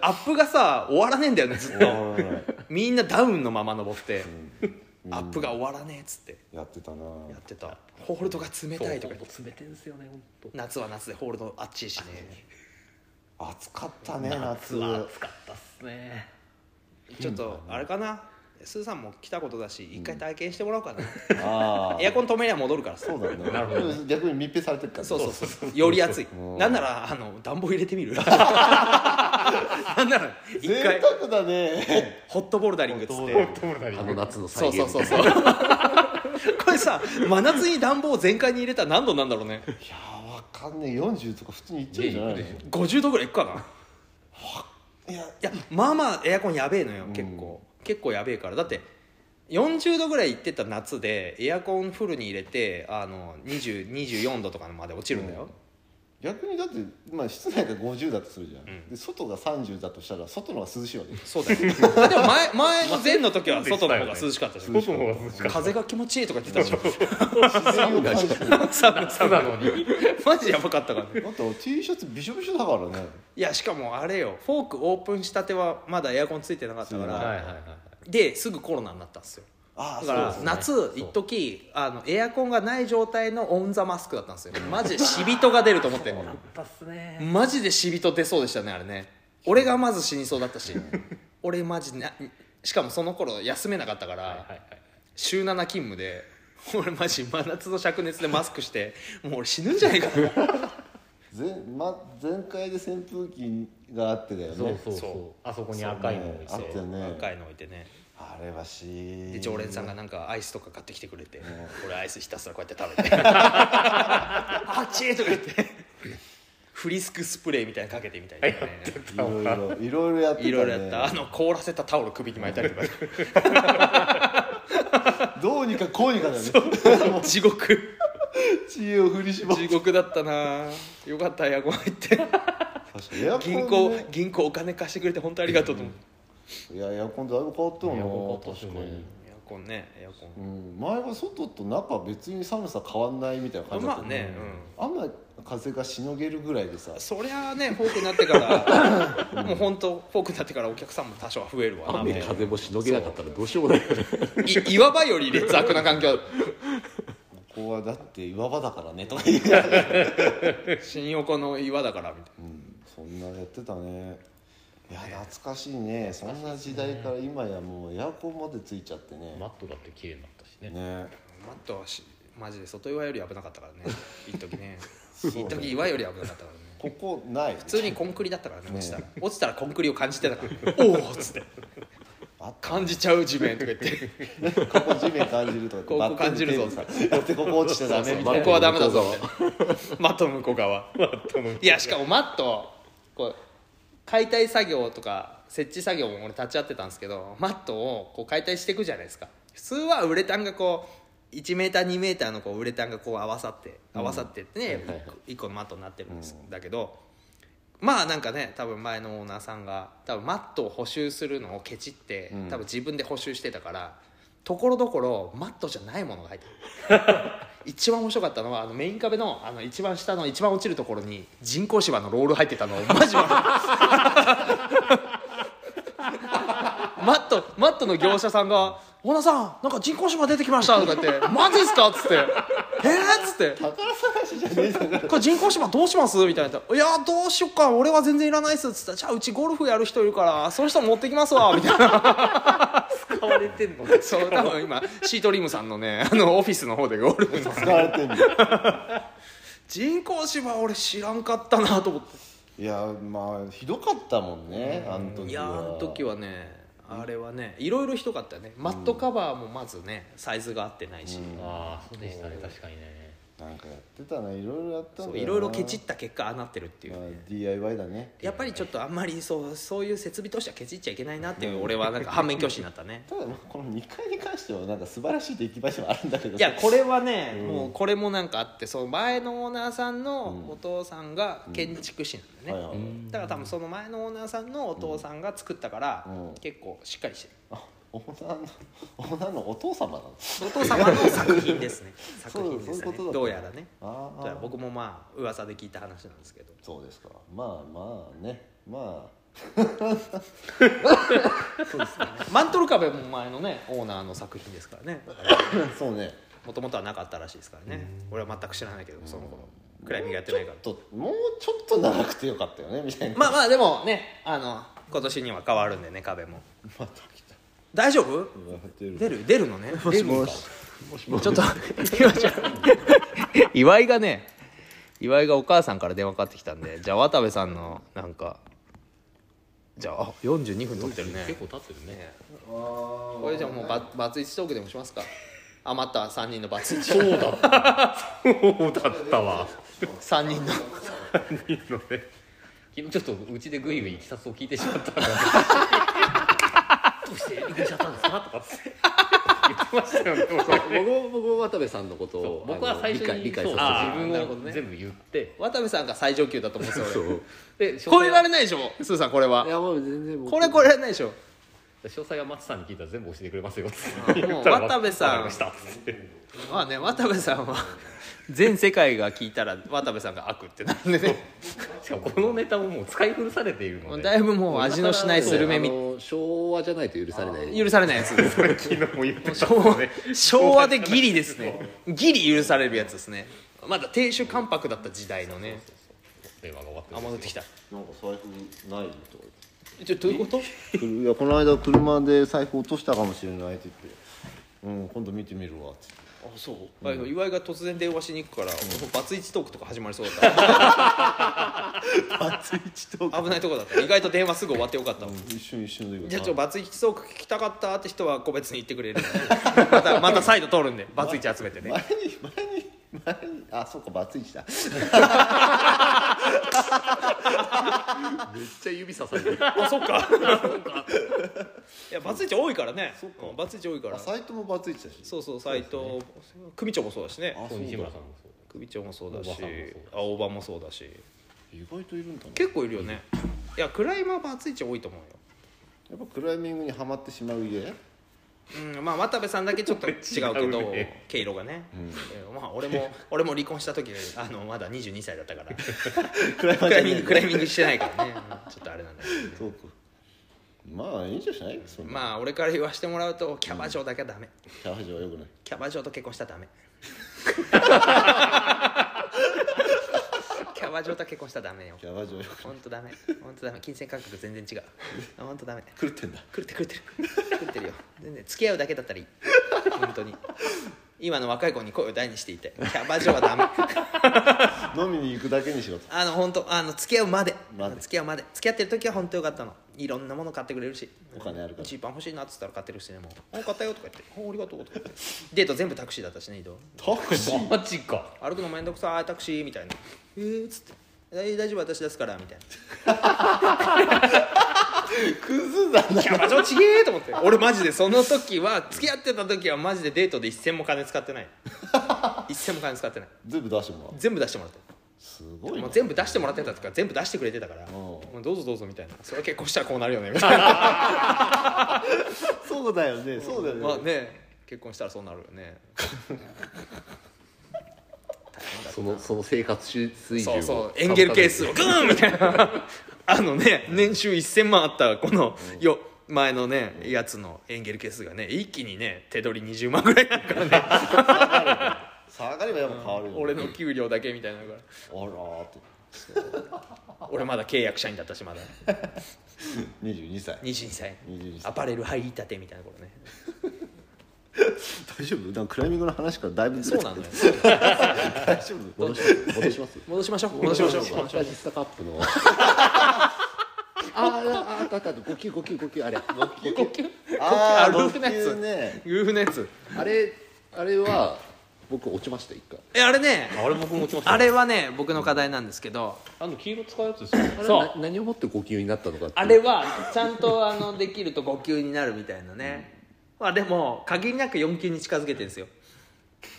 [SPEAKER 1] アップがさ終わらねえんだよねずっ
[SPEAKER 2] 終
[SPEAKER 1] と
[SPEAKER 2] わらない
[SPEAKER 1] みんなダウンのまま登ってアップが終わらねえっつって
[SPEAKER 2] やってたな
[SPEAKER 1] やってたホールドが冷たいとか言って
[SPEAKER 4] 冷てんすよね本当。
[SPEAKER 1] 夏は夏でホールドあっちいしね
[SPEAKER 2] 暑かったね
[SPEAKER 4] 夏
[SPEAKER 2] 夏
[SPEAKER 4] は暑かったっすね
[SPEAKER 1] ちょっとあれかなスーさんも来たことだし一回体験してもらおうかな
[SPEAKER 2] ああ
[SPEAKER 1] エアコン止めりゃ戻るからさ
[SPEAKER 2] そうだね
[SPEAKER 4] なるほどね
[SPEAKER 2] 逆に密閉されてるからね
[SPEAKER 1] そうそうそうより暑い
[SPEAKER 2] ん
[SPEAKER 1] なんならあの暖房入れてみ るなんなら一
[SPEAKER 2] 贅
[SPEAKER 1] 回
[SPEAKER 2] 沢だね
[SPEAKER 1] ホットボルダリングっつっ
[SPEAKER 2] ホ
[SPEAKER 1] て
[SPEAKER 2] ッ
[SPEAKER 3] あの夏の再
[SPEAKER 1] そう
[SPEAKER 3] 現
[SPEAKER 1] そうそうそう これさ真夏に暖房全開に入れたら何度なんだろうね
[SPEAKER 2] いやーわかんねえ40とか普通にいっちゃうんじゃないの
[SPEAKER 4] ねいくで
[SPEAKER 1] 50度ぐらいいくかない
[SPEAKER 2] や
[SPEAKER 1] いやまあまあエアコンやべえのよ結構、結構やべえからだって40度ぐらいいってた夏でエアコンフルに入れてあの20 24度とかまで落ちるんだよ、
[SPEAKER 2] 逆にだって、まあ、室内が50だとするじゃん、
[SPEAKER 1] ん
[SPEAKER 2] で外が30だとしたら外の方が涼しいわけです
[SPEAKER 1] そうだよでも前前の前の時は外の方が涼しかったじゃん
[SPEAKER 4] 外の方が涼しかった
[SPEAKER 1] 風が気持ちいいとか言ってたじゃん
[SPEAKER 2] 寒がだっ
[SPEAKER 1] 寒
[SPEAKER 4] 夏なのに
[SPEAKER 1] マジやばかったからね
[SPEAKER 2] て T シャツびしょびしょだからね
[SPEAKER 1] いやしかもあれよフォークオープンしたてはまだエアコンついてなかったから、
[SPEAKER 2] はい
[SPEAKER 4] はいはいはい
[SPEAKER 1] ですぐコロナになったんですよだ
[SPEAKER 2] ああ
[SPEAKER 1] か
[SPEAKER 2] そう
[SPEAKER 1] ら
[SPEAKER 2] ですね
[SPEAKER 1] 夏一時あのエアコンがない状態のオン・ザ・マスクだったんですよマジで死人が出ると思って
[SPEAKER 4] たっすね
[SPEAKER 1] マジで死人出そうでしたねあれね俺がまず死にそうだったし俺マジなしかもその頃休めなかったから、
[SPEAKER 4] はいはい
[SPEAKER 1] 週7勤務で俺マジ真夏の灼熱でマスクしてもう俺死ぬんじゃないかな
[SPEAKER 2] 前,、ま、前回で扇風機があってだよね
[SPEAKER 4] そうそう
[SPEAKER 1] そ
[SPEAKER 4] そうあそこに赤いの
[SPEAKER 2] そうねあったよね
[SPEAKER 1] 若いの置いてね
[SPEAKER 2] あれはし
[SPEAKER 1] で
[SPEAKER 2] ー
[SPEAKER 1] 常連さんがなんかアイスとか買ってきてくれて、俺アイスひたすらこうやって 食べて「あっち!」とか言ってフリスクスプレーみたいなのかけてみたいな、ね、
[SPEAKER 2] いろいろいろいろやってた、ね、
[SPEAKER 1] いろいろやったあの凍らせたタオル首に巻いたりとか
[SPEAKER 2] どうにかこうにかだよね
[SPEAKER 1] 地獄
[SPEAKER 2] 知恵を振り絞って
[SPEAKER 1] 地獄だったなよかったエアコン入って
[SPEAKER 2] 確かにエアコンね
[SPEAKER 1] 銀行銀行お金貸してくれて本当ありがとうと思って
[SPEAKER 2] いやエアコンだいぶ変わったよな
[SPEAKER 4] エアコン変わったっす
[SPEAKER 2] 確
[SPEAKER 4] ね
[SPEAKER 2] かに
[SPEAKER 1] エアコンねエアコ
[SPEAKER 2] う
[SPEAKER 1] ン
[SPEAKER 2] ん、前は外と中別に寒さ変わんないみたいな感じだった
[SPEAKER 1] まあね、
[SPEAKER 2] あんま風がしのげるぐらいでさ
[SPEAKER 1] うん、そりゃあねフォークになってからもう本当フォークになってからお客さんも多少は増えるわなみ
[SPEAKER 3] 雨
[SPEAKER 1] たいな
[SPEAKER 3] 風もしのげなかったらどうしようもないから
[SPEAKER 1] いいわばより劣悪な環境
[SPEAKER 2] ここはだって岩場だからねとか 言いながら
[SPEAKER 1] 新横の岩だからみたい
[SPEAKER 2] うんそんなやってたねいや懐かしいねそんな時代から今やもうエアコンまでついちゃってね
[SPEAKER 4] マットだって綺麗になったしね
[SPEAKER 2] ね
[SPEAKER 1] なマットはしマジで外岩より危なかったからね一時ね
[SPEAKER 2] そうね
[SPEAKER 1] 一時岩より危なかったからね
[SPEAKER 2] ここない普
[SPEAKER 1] 普通にコンクリだったからね落ちたら、落ちたらコンクリを感じてたから「おお!」っつって
[SPEAKER 2] あっ
[SPEAKER 1] 「
[SPEAKER 2] た
[SPEAKER 1] 感じちゃう地面」とか言って
[SPEAKER 2] ここ地面感じるとかって
[SPEAKER 1] ここ感じるぞ
[SPEAKER 2] バッテンテープさやってここ落ちちゃダメみ
[SPEAKER 1] こ
[SPEAKER 2] たい
[SPEAKER 1] こ
[SPEAKER 2] な
[SPEAKER 1] はダメだぞ マットの向こう側いやしかもマットこう解体作業とか設置作業も俺立ち会ってたんですけどマットをこう解体していくじゃないですか普通はウレタンがこう1メーター2メーターのこうウレタンがこう合わさって合わさってってね、
[SPEAKER 3] はいはいはい
[SPEAKER 1] 1個のマットになってるんです、だけどまあなんかね多分前のオーナーさんが多分マットを補修するのをケチって、
[SPEAKER 2] うん
[SPEAKER 1] 多分自分で補修してたからところどころマットじゃないものが入ってる 一番面白かったのはあのメイン壁のあの一番下の一番落ちるところに人工芝のロール入ってたのマジ悪いマットマットの業者さんが「オーナーさんなんか人工芝出てきました」とか言って「マジっすか?」っつって「えっ?」っつって
[SPEAKER 2] 宝探しじゃねえんだから
[SPEAKER 1] これ人工芝どうしますみたいな「いやどうしよっか俺は全然いらないっす」っつったら「じゃあうちゴルフやる人いるからその人持ってきますわ」みたいな
[SPEAKER 4] 使われてんの
[SPEAKER 1] そう多分今シートリムさんのねあのオフィスの方でゴルフの
[SPEAKER 2] 使われてんだよ
[SPEAKER 1] 人工芝俺知らんかったなと思って
[SPEAKER 2] いやまあひどかったもんねあの時はい
[SPEAKER 1] やあの時はねあれはねいろいろひどかったよねマットカバーもまずねサイズが合ってないし、
[SPEAKER 4] ああそうでしたね確かにね
[SPEAKER 2] なんかやってたないろいろやったんだ
[SPEAKER 1] そ
[SPEAKER 2] よ
[SPEAKER 1] う
[SPEAKER 2] ない
[SPEAKER 1] ろいろケチった結果ああなってるっていう
[SPEAKER 2] ま
[SPEAKER 1] ね、
[SPEAKER 2] あ DIY だね
[SPEAKER 1] やっぱりちょっとあんまりそうそういう設備としてはケチっちゃいけないなっていう俺はなんか反面教師になった ね
[SPEAKER 2] ただまあこの2階に関してはなんか素晴らしい出来栄えではあるんだけど
[SPEAKER 1] いやこれはね、もうこれもなんかあってその前のオーナーさんのお父さんが建築士なんだよね、
[SPEAKER 2] はいはい
[SPEAKER 1] だから多分その前のオーナーさんのお父さんが作ったから、
[SPEAKER 2] うん
[SPEAKER 1] 結構しっかりして
[SPEAKER 2] あオーナーのオーナーのお父様なんです
[SPEAKER 1] るお父様の作品です ね作品で
[SPEAKER 2] そう
[SPEAKER 1] す
[SPEAKER 2] そういう
[SPEAKER 1] ね
[SPEAKER 2] ことだ
[SPEAKER 1] どうやらね
[SPEAKER 2] あ
[SPEAKER 1] どうやら僕もまあ噂で聞いた話なんですけど
[SPEAKER 2] そうですかまあまあねま
[SPEAKER 1] マントル壁も前のねオーナーの作品ですから ね
[SPEAKER 2] あそうね
[SPEAKER 1] もともとはなかったらしいですからね俺は全く知らないけどその頃暗闇がやってないから
[SPEAKER 2] ちょっともうちょっと長くてよかったよねみたいな
[SPEAKER 1] まあまあでもねあの今年には変わるんでね壁も大丈夫出る出るのね出るんだちょっと今ちょっと 岩井がね岩井がお母さんから電話かかってきたんでじゃあ渡部さんのなんかじゃああ42分撮ってるね
[SPEAKER 4] 結構経ってるね
[SPEAKER 1] これじゃあもうババツイチトークでもしますか余った3人のバツイチ
[SPEAKER 4] そうだったそうだったわ
[SPEAKER 1] 3人の
[SPEAKER 4] いいのね昨日ちょっとうちでグイグイいきさつを聞いてしまったのでどうしてびっくりしちゃったんですかとかって言ってましたよね僕は
[SPEAKER 3] 僕も僕も渡部さんのことを
[SPEAKER 4] 僕は最初
[SPEAKER 3] あの
[SPEAKER 4] に
[SPEAKER 3] 理解理
[SPEAKER 4] そう
[SPEAKER 3] 解さ
[SPEAKER 1] せて
[SPEAKER 4] 自
[SPEAKER 1] なるほど
[SPEAKER 4] 分
[SPEAKER 1] ね
[SPEAKER 4] を全部言って
[SPEAKER 1] 渡部さんが最上級だと思うんです
[SPEAKER 3] せて
[SPEAKER 1] よ
[SPEAKER 3] そう
[SPEAKER 4] で
[SPEAKER 1] 俺超
[SPEAKER 4] 詳
[SPEAKER 1] え
[SPEAKER 4] 細
[SPEAKER 1] ら
[SPEAKER 4] は
[SPEAKER 1] れないでしょすーさんこれはい
[SPEAKER 3] やもう全然僕
[SPEAKER 1] これ超えられないでしょ
[SPEAKER 4] 詳細は松さんに聞いたら全部教えてくれますよ
[SPEAKER 1] もう渡部さん
[SPEAKER 4] わかりましたって
[SPEAKER 1] まあね渡部さんは全世界が聞いたら渡部さんが悪ってなんでね
[SPEAKER 4] しかもこのネタももう使い古されているので
[SPEAKER 1] だいぶもう味のしないスルメみ
[SPEAKER 3] あの昭和じゃないと許されない
[SPEAKER 1] 許されないやつです
[SPEAKER 4] これ昨日も言ってた
[SPEAKER 1] 昭和昭和でギリですねギリ許されるやつですねまだ亭主関白だった時代のね
[SPEAKER 4] 電話が終わって
[SPEAKER 1] あ戻ってきた
[SPEAKER 2] なんか財布ないとか
[SPEAKER 1] ちょどういうこと
[SPEAKER 2] 言っていやこの間車で財布落としたかもしれないって言って「うん今度見てみるわ」って
[SPEAKER 1] あそう、岩井が突然電話しに行くから、バツイチトークとか始まりそうだっ
[SPEAKER 2] バツイチと
[SPEAKER 1] た危ないとこだった意外と電話すぐ終わってよかったわ、
[SPEAKER 2] 一瞬一瞬で
[SPEAKER 1] じゃあちょバツイチトーク聞きたかったって人は個別に言ってくれる またまた再度通るんでバツイチ集めてね
[SPEAKER 2] 前に前に前にあそうかバツイチだ
[SPEAKER 3] めっちゃ指さされてる
[SPEAKER 1] あそっかいやバツイチ多いからねうんバツイチ多いから
[SPEAKER 2] サイトもバツイチだし
[SPEAKER 1] そうそう斎藤組長もそうだしね
[SPEAKER 2] あそう
[SPEAKER 4] 西村
[SPEAKER 2] だ
[SPEAKER 4] さんもそう
[SPEAKER 1] 組長もそうだし
[SPEAKER 4] 大場さんもそうだし
[SPEAKER 1] 青葉もそうだし
[SPEAKER 2] 意外といるんだな
[SPEAKER 1] 結構いるよねいやクライマーバツイチ多いと思うよ
[SPEAKER 2] やっぱクライミングにはまってしまう家
[SPEAKER 1] うんまあ渡部さんだけ ちょっと違うけど
[SPEAKER 4] 違うね
[SPEAKER 1] 毛色がね、うんまあ俺 も俺も離婚した時あのまだ22歳だった から
[SPEAKER 2] クライマ
[SPEAKER 1] ク
[SPEAKER 2] ー
[SPEAKER 1] ラ
[SPEAKER 2] じ
[SPEAKER 1] イ
[SPEAKER 2] ゃ
[SPEAKER 1] ミ
[SPEAKER 2] ね
[SPEAKER 1] ン
[SPEAKER 2] え
[SPEAKER 1] グクライミングしてないから ね、うんちょっとあれなんだけどね
[SPEAKER 2] そうかまあいいんじゃないそんな
[SPEAKER 1] まあ俺から言わしてもらうとキャバ嬢だけはダメ、
[SPEAKER 2] キャバ嬢はよくない
[SPEAKER 1] キャバ嬢と結婚したらダメキャバ嬢と結婚したらダメよ
[SPEAKER 2] キャバ嬢はよく
[SPEAKER 1] 本当ダメ本当ダメ金銭感覚全然違う本当ダメ
[SPEAKER 2] 狂ってんだ
[SPEAKER 1] 狂って狂ってる狂ってるよ全然付き合うだけだったらいい本当に今の若い子に声を大にしていてキャバ嬢はダメ
[SPEAKER 2] 飲みに行くだけにしろと
[SPEAKER 1] あの本当あの付き合うまで
[SPEAKER 2] まで
[SPEAKER 1] 付き合うまで付き合ってる時は本当よかったのいろんなもの買ってくれるし
[SPEAKER 2] お金あるから
[SPEAKER 1] 一番欲しいなっつったら買ってくるしねもう「あ買ったよ」とか言って「あありがとう」とか言ってデート全部タクシーだったしね移動
[SPEAKER 2] タクシー
[SPEAKER 4] マジか
[SPEAKER 1] 歩くの面倒くさいタクシーみたいな「えー」っつって「えー大丈夫私出すから」みたいな
[SPEAKER 2] クズだな
[SPEAKER 1] キャバ嬢ちげえと思って俺マジでその時は付き合ってた時はマジでデートで一銭も金使って ない一銭も金使ってない
[SPEAKER 2] 全部出してもらう
[SPEAKER 1] 全部出してもらって
[SPEAKER 2] すごい
[SPEAKER 1] も
[SPEAKER 2] な
[SPEAKER 1] う全部出してもらってたとか全部出してくれてたからもうどうぞどうぞみたいなそれは結婚したらこうなるよねみたいな
[SPEAKER 2] そうだよねそうだよね、
[SPEAKER 1] ま あね結婚したらそうなるよね
[SPEAKER 3] そのその生活水準
[SPEAKER 1] そう
[SPEAKER 3] を
[SPEAKER 1] そうエンゲル係数をグーンみたい なあのね年収1000万あったこのよ前のねやつのエンゲル係数がね一気にね手取り20万ぐ らいだからね
[SPEAKER 2] 下がればやっぱ変わるよ、ね、
[SPEAKER 1] 俺の給料だけみたいなのから
[SPEAKER 2] あらーって
[SPEAKER 1] 俺まだ契約社員だったしまだ
[SPEAKER 2] 22歳
[SPEAKER 1] 22歳
[SPEAKER 2] 22歳
[SPEAKER 1] アパレル入りたてみたいな頃ね
[SPEAKER 2] 大丈夫なんかクライミングの話からだいぶず
[SPEAKER 1] そ
[SPEAKER 2] れ
[SPEAKER 1] う
[SPEAKER 2] てる
[SPEAKER 1] なのよ
[SPEAKER 2] 大丈夫戻します戻しま
[SPEAKER 1] 戻しまし
[SPEAKER 2] す
[SPEAKER 1] ょう戻しましょう
[SPEAKER 3] フ ァンタジスタカップのああああったあった呼吸呼吸呼吸あれ
[SPEAKER 2] ああ
[SPEAKER 1] 呼吸あルー
[SPEAKER 2] 六
[SPEAKER 1] フのやつ
[SPEAKER 2] 級ね
[SPEAKER 1] グーフのやつ
[SPEAKER 3] あれあれは僕落ちました一回
[SPEAKER 1] えあれね
[SPEAKER 4] あれ僕も持ちました
[SPEAKER 1] あれはね僕の課題なんですけど
[SPEAKER 4] あの黄色使うやつですよね
[SPEAKER 3] あれ
[SPEAKER 1] そう
[SPEAKER 3] な何をもって呼吸になったのかっていう
[SPEAKER 1] あれはちゃんとあのできると5級になるみたいなね、まあでも限りなく4級に近づけてるんですよ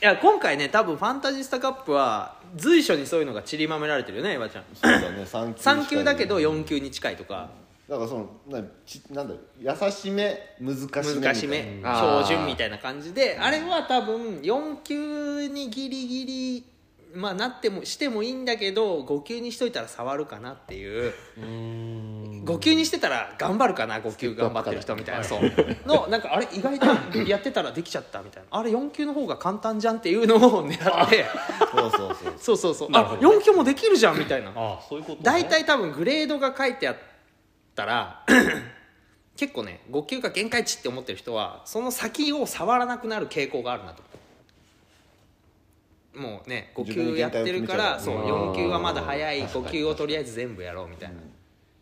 [SPEAKER 1] いや今回ね多分ファンタジスタカップは随所にそういうのが散りばめられてるよねエヴァちゃん
[SPEAKER 2] そうだね三級しかね
[SPEAKER 1] 3級だけど4級に近いとか
[SPEAKER 2] だからそのなちなんだろう優しめ難しめみたいな
[SPEAKER 1] 難しめ
[SPEAKER 3] あー
[SPEAKER 1] 標準みたいな感じであれは多分4級にギリギリまあなってもしてもいいんだけど5級にしといたら触るかなっていう5級にしてたら頑張るかな5級頑張ってる人みたいなそうのなんかあれ意外とやってたらできちゃったみたいなあれ4級の方が簡単じゃんっていうのを狙って
[SPEAKER 2] そうそうそう
[SPEAKER 1] そうそうそう
[SPEAKER 4] なる
[SPEAKER 1] あ
[SPEAKER 4] ほど
[SPEAKER 1] 4級もできるじゃんみたいな
[SPEAKER 4] ああそういうことね
[SPEAKER 1] 大体多分グレードが書いてあったら結構ね5級が限界値って思ってる人はその先を触らなくなる傾向があるなともうね5
[SPEAKER 2] 自分
[SPEAKER 1] 級
[SPEAKER 2] に
[SPEAKER 1] や
[SPEAKER 2] 限
[SPEAKER 1] っ
[SPEAKER 2] 界を
[SPEAKER 1] てるからそう
[SPEAKER 2] 決め
[SPEAKER 3] ちゃう
[SPEAKER 1] 4級はまだ早い
[SPEAKER 3] あー確
[SPEAKER 1] 5
[SPEAKER 3] かに
[SPEAKER 1] 級をとりあえず全部やろうみたいな、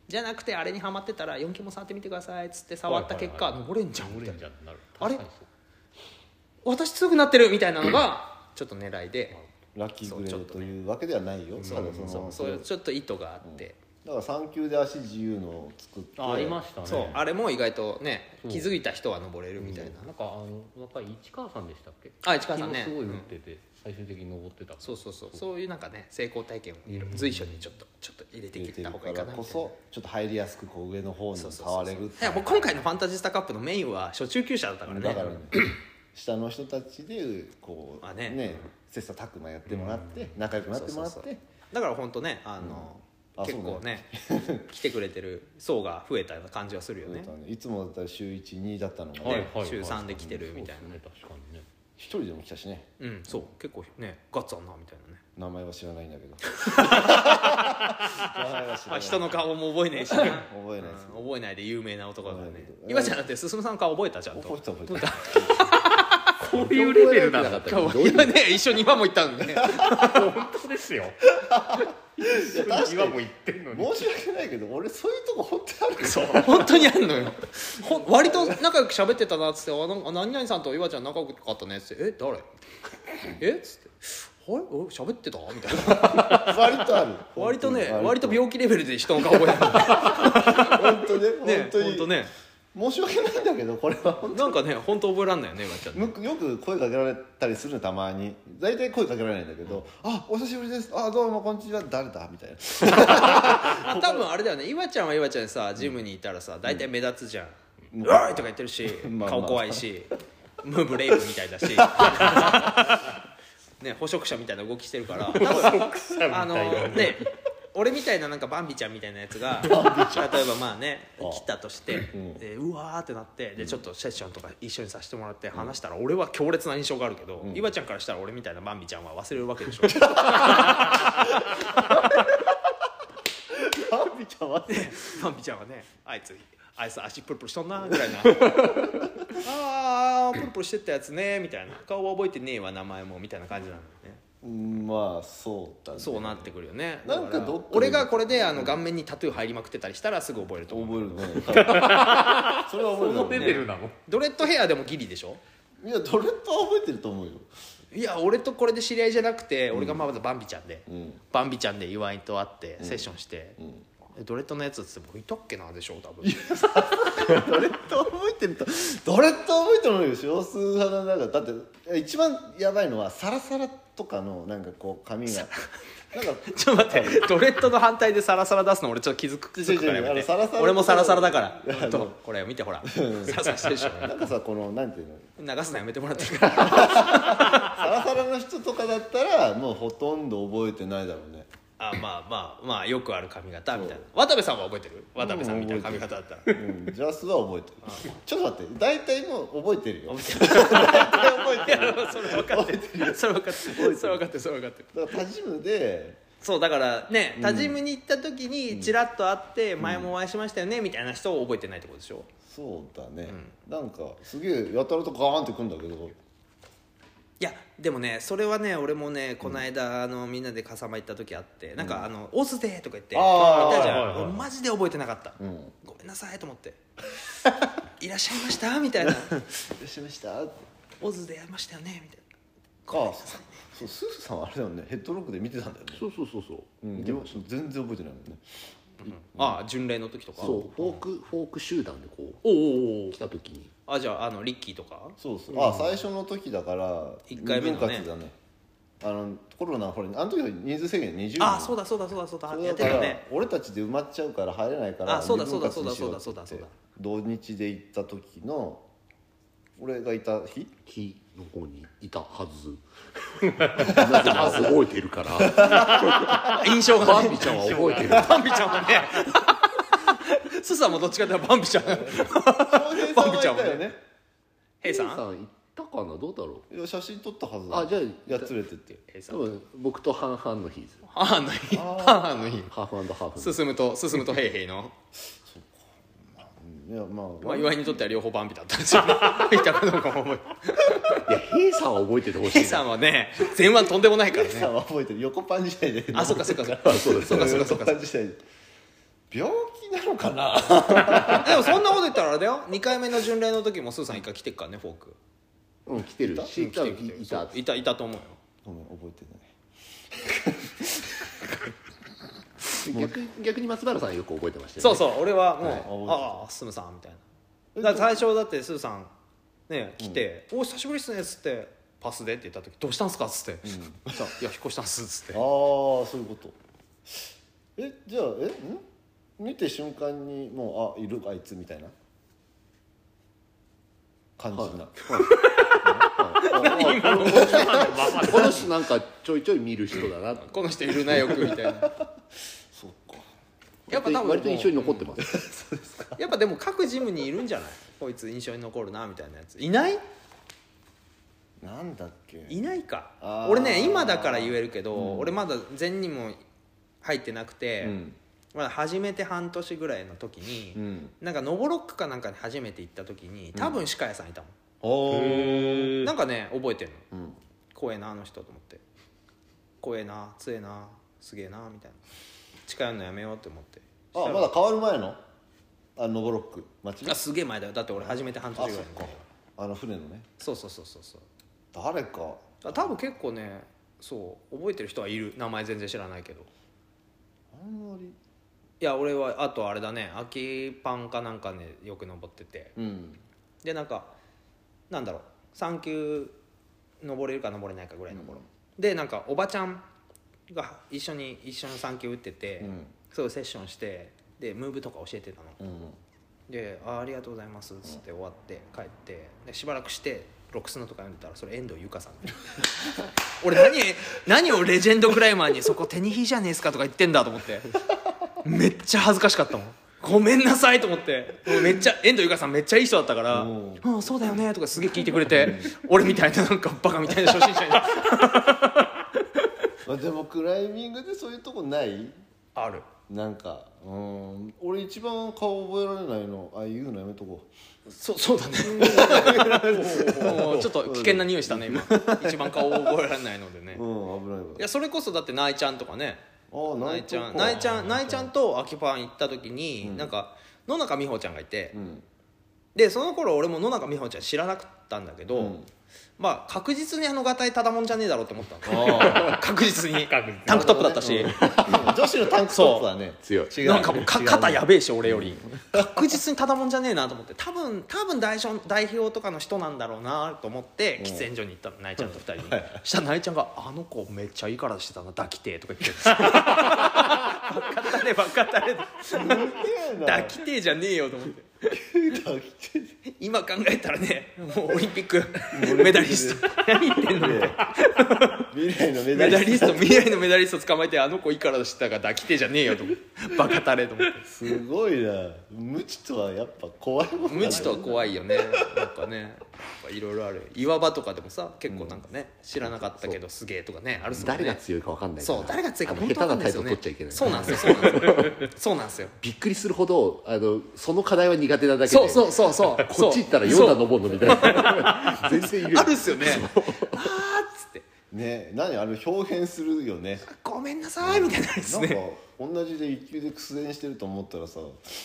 [SPEAKER 1] じゃなくてあれにはまってたら4級も触ってみてくださいっつって触った結果
[SPEAKER 4] はいはい
[SPEAKER 1] 登れんじゃんみ
[SPEAKER 4] オ
[SPEAKER 1] た
[SPEAKER 4] レ
[SPEAKER 1] い
[SPEAKER 4] ン
[SPEAKER 1] な
[SPEAKER 4] ジャーになる
[SPEAKER 1] あれ
[SPEAKER 4] 確かにそう
[SPEAKER 1] 私強くなってるみたいなのがちょっと狙いで
[SPEAKER 2] ラッキーグレ
[SPEAKER 1] そう
[SPEAKER 2] ー
[SPEAKER 1] ちょ
[SPEAKER 2] ド
[SPEAKER 1] っ
[SPEAKER 2] というわけではないよただその
[SPEAKER 1] そうそういうちょっと意図があって、
[SPEAKER 2] だから三級で足自由のを作って
[SPEAKER 4] あありましたね
[SPEAKER 1] そうあれも意外とね
[SPEAKER 4] そう
[SPEAKER 1] 気づいた人は登れるみたいな、
[SPEAKER 4] なんかあの若い市川さんでしたっけ
[SPEAKER 1] あ市川さんね
[SPEAKER 4] 昨日すごい打ってて、最終的に登ってた
[SPEAKER 1] そうそうそうそういうなんかね成功体験を随所にちょっとちょっと入れて
[SPEAKER 2] 入
[SPEAKER 1] き
[SPEAKER 2] れて
[SPEAKER 1] た
[SPEAKER 2] る
[SPEAKER 1] 方
[SPEAKER 2] か
[SPEAKER 1] がいいからな
[SPEAKER 2] こそちょっと入りやすくこう上の方に
[SPEAKER 1] そうそう
[SPEAKER 2] 変われるって
[SPEAKER 1] いやもう今回のファンタジスタカップのメインは初中級者だったからね
[SPEAKER 2] だからね下の人たちでこ
[SPEAKER 1] まあ
[SPEAKER 2] う
[SPEAKER 1] ね
[SPEAKER 2] ね切磋琢磨やってもらって仲良くなってもらっ
[SPEAKER 1] そうそう
[SPEAKER 2] て
[SPEAKER 1] だから本当ねあの、
[SPEAKER 2] うんあ
[SPEAKER 1] 結構ね来てくれてる層が増えたような感じはするよね
[SPEAKER 2] そうだねいつもだったら週12だったのが
[SPEAKER 1] はい
[SPEAKER 2] ね
[SPEAKER 1] 週三で来てるみたいな
[SPEAKER 4] そうですね確かにね
[SPEAKER 2] 一人でも来たしね
[SPEAKER 1] うんそう結構ねガッツあんなみたいなね
[SPEAKER 2] 名前は知らないんだけど名前は知
[SPEAKER 1] ま
[SPEAKER 2] らな
[SPEAKER 1] あ
[SPEAKER 2] い
[SPEAKER 1] 人の顔も覚えねえしな
[SPEAKER 2] 覚えないです
[SPEAKER 1] うん覚えないで有名な男だから
[SPEAKER 2] 覚え
[SPEAKER 1] ね
[SPEAKER 2] ないけど
[SPEAKER 1] 今じゃなくて進さんの顔覚えたちゃんと
[SPEAKER 2] 覚えた覚えた
[SPEAKER 4] こういうレベルな
[SPEAKER 3] か
[SPEAKER 4] の
[SPEAKER 3] った
[SPEAKER 1] 顔 今ね一緒に岩も行ったのね
[SPEAKER 4] 本当ですよ
[SPEAKER 2] いや確かに
[SPEAKER 4] 岩も行ってんのに
[SPEAKER 2] 申し訳ないけど俺そういうとこ本当にあるから
[SPEAKER 1] そう本当にあんのよほん割と仲良く喋ってたなっつって「あなんか何々さんと岩ちゃん仲良かったね」っつって「え誰?」えっつって「あれ俺喋ってた?」みたい な
[SPEAKER 2] 割とある
[SPEAKER 1] 割とね割と病気レベルで人の顔 覚えた
[SPEAKER 2] 本当ね
[SPEAKER 1] ね
[SPEAKER 2] 本当
[SPEAKER 1] ほんと
[SPEAKER 2] に
[SPEAKER 1] ね
[SPEAKER 2] 申し訳ないんだけどこれは本
[SPEAKER 1] なんかね本当覚えらんないよね岩ちゃんね
[SPEAKER 2] むよく声かけられたりするのたまに大体声かけられないんだけど「あお久しぶりですあどうもこんにちは誰だ?」みたい な
[SPEAKER 1] 多分あれだよね岩ちゃんは岩ちゃんでさジムにいたらさ大体目立つじゃん、 「おい!」とか言ってるし
[SPEAKER 2] まあ
[SPEAKER 1] 顔怖いしムーブレイブみたいだ しね捕食者みたいな動きしてる から多分あのね俺みたいななんかバンビちゃんみたいなやつ が例えばまあね来たとしてでうわーってなってでちょっとシェッションとか一緒にさせてもらって話したら俺は強烈な印象があるけど、イワちゃんからしたら俺みたいなバンビちゃんは忘れるわけでしょ
[SPEAKER 2] バンビちゃんは
[SPEAKER 1] パンピちゃんはねあいつあいつ足プルプルしとんなぐら いなあープルプルしてったやつねみたいな顔は覚えてねえわ名前もみたいな感じなのね
[SPEAKER 2] うんまあそうだね
[SPEAKER 1] そうなってくるよね
[SPEAKER 2] なんか
[SPEAKER 1] だら
[SPEAKER 2] どっかで
[SPEAKER 1] 俺がこれであの顔面にタトゥー入りまくってたりしたらすぐ覚えると思う
[SPEAKER 2] 覚えるね それは
[SPEAKER 4] そ
[SPEAKER 2] 覚えるだ
[SPEAKER 4] のレ
[SPEAKER 2] ろ
[SPEAKER 4] ベルなの
[SPEAKER 1] ドレッドヘアでもギリでしょ
[SPEAKER 2] うねいやドレッドは覚えてると思うよ
[SPEAKER 1] いや俺とこれで知り合いじゃなくて俺がまずバンビちゃんで、
[SPEAKER 2] うん
[SPEAKER 1] バンビちゃんで岩井と会ってセッションして、えドレッドのやつって僕いたっけなでしょ多分
[SPEAKER 2] ドレッドは覚えてるとドレッドは覚えてるのよ少数派の中だって一番やばいのはサラサラとかのなんかこう髪がなんか
[SPEAKER 1] ちょっと待って、ドレッドの反対でサラサラ出すの俺ちょっと気づく気づくからやめ
[SPEAKER 2] 違う違うあのサラサ
[SPEAKER 1] て
[SPEAKER 2] ラ
[SPEAKER 1] 俺もサラサラだから
[SPEAKER 2] いやあの
[SPEAKER 1] ほんとこれ見てほらサラサラしてるでしょ
[SPEAKER 2] なんかさこのなんていうの
[SPEAKER 1] 流すのやめてもらっていいから
[SPEAKER 2] サラサラの人とかだったらもうほとんど覚えてないだろうね
[SPEAKER 1] あまあまあまあよくある髪型みたいな渡部さんは覚えてる渡部さんみたいな髪型だったら
[SPEAKER 2] うん ジャスは覚えてるちょっと待って大体もう覚えてるよ大体覚えてる
[SPEAKER 1] いやそれ分かってるそれ分かってるそれ分かってるそれ分かってる
[SPEAKER 2] だから他ジムで
[SPEAKER 1] そうだからね他ジムに行った時にちらっと会って前もお会いしましたよねみたいな人を覚えてないってことでしょ
[SPEAKER 2] そうだね、なんかすげえやたらとガーンってくんだけど
[SPEAKER 1] いやでもねそれはね俺もねこの間、あのみんなで笠間行った時あってなんか「あのオスで」とか言ってい
[SPEAKER 2] あー
[SPEAKER 1] たじ
[SPEAKER 4] はい
[SPEAKER 1] ゃん
[SPEAKER 4] はいはい
[SPEAKER 1] 俺マジで覚えてなかった、
[SPEAKER 2] ん
[SPEAKER 1] ごめんなさいと思って 「いらっしゃいました」みたいな
[SPEAKER 2] 「よしました」って
[SPEAKER 1] 「オズでやりましたよね」みたいな
[SPEAKER 2] あそうスースーさんはあれだよねヘッドロックで見てたんだよね
[SPEAKER 3] そうそうそうそう
[SPEAKER 2] う、ん、でも全然覚えてないもんね
[SPEAKER 1] ああ巡礼の時とか
[SPEAKER 3] そうフォークフォーク集団でこ
[SPEAKER 1] おうおうお
[SPEAKER 3] う
[SPEAKER 1] う
[SPEAKER 3] 来た時に
[SPEAKER 1] あじゃああのリッキーとか
[SPEAKER 2] そうそうあ最初の時だから
[SPEAKER 1] 一回目のね
[SPEAKER 2] 二分割だねあのコロナほらあの時は人数制限20人
[SPEAKER 1] あそうだそうだそうだそうだ
[SPEAKER 2] それ
[SPEAKER 1] や
[SPEAKER 2] だ
[SPEAKER 1] ってる
[SPEAKER 2] か
[SPEAKER 1] よ
[SPEAKER 2] ら、
[SPEAKER 1] ね
[SPEAKER 2] 俺たちで埋まっちゃうから入れないから
[SPEAKER 1] あそうだそうだ
[SPEAKER 2] 二分割にしよ
[SPEAKER 1] そうだそうだそうだそうだ
[SPEAKER 2] って言って同日で行った時の俺がいた 日
[SPEAKER 3] 木の方にいたはずなぜなら覚えてるから
[SPEAKER 1] あ印象が
[SPEAKER 3] バ
[SPEAKER 1] ね
[SPEAKER 3] ンビちゃんは覚えてる
[SPEAKER 1] バンビちゃんはねスーさんもどっちかっていうとバンビちゃん
[SPEAKER 2] 翔平さんはいた
[SPEAKER 1] バンビちゃ
[SPEAKER 2] よ
[SPEAKER 1] んも
[SPEAKER 2] ね
[SPEAKER 1] ヘイさん
[SPEAKER 3] さん行ったかなどうだろ
[SPEAKER 2] いや写真撮ったはず
[SPEAKER 3] うあじゃあ
[SPEAKER 2] いや連れてって
[SPEAKER 1] ヘイさん
[SPEAKER 3] 多分僕と半々の日です
[SPEAKER 1] 母の日母の日
[SPEAKER 3] ハーフハーフ
[SPEAKER 1] 進むと進むとヘイヘイの、
[SPEAKER 2] いやまあ、
[SPEAKER 1] まあ、岩井にとっては両方バンビだったんです よねいたかどうかも覚え
[SPEAKER 3] いや平さんは覚えててほ
[SPEAKER 1] ヘ
[SPEAKER 3] し
[SPEAKER 1] イ
[SPEAKER 3] いな
[SPEAKER 1] さんはね前腕とんでもないから
[SPEAKER 2] さ
[SPEAKER 1] ね
[SPEAKER 2] んは覚えてる横パン時代で
[SPEAKER 1] あそっかそっかそっかそうそうかそうかそう
[SPEAKER 2] 横
[SPEAKER 1] か
[SPEAKER 2] パン時代で病気なのかな
[SPEAKER 1] でもそんなこと言ったらあれだよ2回目の巡礼の時もスーさん一回来てっからねフォーク
[SPEAKER 3] うん来てるし多分いた
[SPEAKER 1] いたいたと思うよ
[SPEAKER 2] ごめん覚えてな
[SPEAKER 3] 逆に逆に松原さんよく覚えてましたよね
[SPEAKER 1] そうそう俺はもう、
[SPEAKER 2] はい
[SPEAKER 1] ああスムさんみたいなだから最初だってスーさんね来て「お久しぶりっすね」っつって「パスで」って言った時「どうしたんすか?」っつって「さいや引っ越したんす」っつって
[SPEAKER 2] いああそういうことえじゃあえん見て瞬間にもうあいるあいつみたいな感じな、
[SPEAKER 3] はいあこの人なんかちょいちょい見る人だなって
[SPEAKER 1] この人いるなよくみたいな
[SPEAKER 2] そっか
[SPEAKER 1] やっぱ多分
[SPEAKER 3] 割と印象に残ってます
[SPEAKER 1] やっぱでも各ジムにいるんじゃないこいつ印象に残るなみたいなやついない
[SPEAKER 2] なんだっけ
[SPEAKER 1] いないか
[SPEAKER 2] あー
[SPEAKER 1] 俺ね今だから言えるけど、俺まだ全にも入ってなくて、
[SPEAKER 2] うん
[SPEAKER 1] まだ初めて半年ぐらいの時に、
[SPEAKER 2] うん
[SPEAKER 1] なんかノボロックかなんかに初めて行った時に多分鹿屋さんいたもん、
[SPEAKER 2] おー
[SPEAKER 1] なんかね覚えてるの
[SPEAKER 2] うん
[SPEAKER 1] 怖えなあの人と思って怖えな強えなすげえなみたいな近寄るのやめようって思って
[SPEAKER 2] あまだ変わる前のあノボロック町
[SPEAKER 1] あすげえ前だよだって俺初めて半年
[SPEAKER 2] あ
[SPEAKER 1] ぐ
[SPEAKER 2] そ
[SPEAKER 1] ら
[SPEAKER 2] っ
[SPEAKER 1] い
[SPEAKER 2] かあの船のね
[SPEAKER 1] そうそうそうそうそう
[SPEAKER 2] 誰か
[SPEAKER 1] あ多分結構ねそう覚えてる人はいる名前全然知らないけど
[SPEAKER 2] あんまり
[SPEAKER 1] いや俺はあとあれだね秋パンかなんかねよく登ってて
[SPEAKER 2] うん
[SPEAKER 1] でなんかなんだろう3級登れるか登れないかぐらいの頃、でなんかおばちゃんが一緒に一緒に3級打ってて、
[SPEAKER 2] うん
[SPEAKER 1] そうセッションしてでムーブとか教えてたの、
[SPEAKER 2] うん
[SPEAKER 1] で「あーありがとうございます」っつって終わって帰ってでしばらくしてロックスのとか読んでたらそれ遠藤優香さん俺何何をレジェンドクライマーに「そこ手に火じゃねえすか」とか言ってんだと思ってめっちゃ恥ずかしかったもんごめんなさいと思ってもうめっちゃ遠藤優香さんめっちゃいい人だったから
[SPEAKER 2] うん
[SPEAKER 1] 「うんそうだよね」とかすげえ聞いてくれて俺みたいななんかバカみたいな初心者に
[SPEAKER 2] まあ、でもクライミングでそういうとこない
[SPEAKER 1] ある
[SPEAKER 2] なんかうん俺一番顔覚えられないのあ言うのやめとこ
[SPEAKER 1] そそうだねもうちょっと危険な匂いしたね今一番顔覚えられないのでね
[SPEAKER 2] ううん危ない
[SPEAKER 1] いやそれこそだってナイちゃんとかね
[SPEAKER 2] わあ
[SPEAKER 1] ナイちゃんナイちゃんナイちゃんと秋パン行った時に、なんか野中美穂ちゃんがいて、
[SPEAKER 2] うん
[SPEAKER 1] でその頃俺も野中美穂ちゃん知らなかったんだけど、
[SPEAKER 2] うん
[SPEAKER 1] まあ確実にあのがたいただもんじゃねえだろうって思ったの
[SPEAKER 2] あ
[SPEAKER 1] 確実に
[SPEAKER 4] 確実に
[SPEAKER 1] タンクトップだったし、
[SPEAKER 2] あ女子のタンクトップはね
[SPEAKER 3] 強い
[SPEAKER 2] 違う
[SPEAKER 1] なんかもうか
[SPEAKER 2] 違
[SPEAKER 1] 肩やべえし俺より確実にただもんじゃねえなと思って多分多分代表代表とかの人なんだろうなと思って喫煙所に行ったのナイちゃんと二人にしたらナイちゃんが「あの子めっちゃいいからしてたな抱きてえ」とか 言って「バカたれバカたれ」抱きてえじゃねえよと思って
[SPEAKER 2] 抱きて
[SPEAKER 1] 今考えたらねもうオリンピックメダリスト何言ってんのみたいな
[SPEAKER 2] 未来のメダ
[SPEAKER 1] メダ
[SPEAKER 2] リ
[SPEAKER 1] リ
[SPEAKER 2] スト
[SPEAKER 1] スト未来のメダリスト捕まえてあの子いいからしてたから抱きてえじゃねえよと思ってバカたれと思って。
[SPEAKER 2] すごいな無知とはやっぱ怖いもんだね
[SPEAKER 1] 無知とは怖いよねなんかねやっぱいろいろある岩場とかでもさ結構なんかね、知らなかったけどすげえとかねあるっすもんね
[SPEAKER 3] 誰が強いか分かんないから
[SPEAKER 1] そう誰が強いか
[SPEAKER 3] あの
[SPEAKER 1] 本
[SPEAKER 3] 下
[SPEAKER 1] 当
[SPEAKER 3] 手
[SPEAKER 1] わか
[SPEAKER 3] なん
[SPEAKER 1] ない
[SPEAKER 3] タ
[SPEAKER 1] です
[SPEAKER 3] イ
[SPEAKER 1] よね
[SPEAKER 3] トル取っちゃいけない
[SPEAKER 1] そうなんですよそうなんですよそうなんです よ
[SPEAKER 3] びっくりするほどあのその課題は苦手なだけで
[SPEAKER 1] そうそうそうそう
[SPEAKER 3] こっち行ったら
[SPEAKER 1] そう
[SPEAKER 3] 4段 登るのみたいな全然いるよ
[SPEAKER 1] あるっすよねあーっつって
[SPEAKER 2] ね何あれ表変するよね
[SPEAKER 1] ごめんなさいみたいなです
[SPEAKER 2] なんか
[SPEAKER 1] ね
[SPEAKER 2] 同じで一級で苦戦してると思ったらさ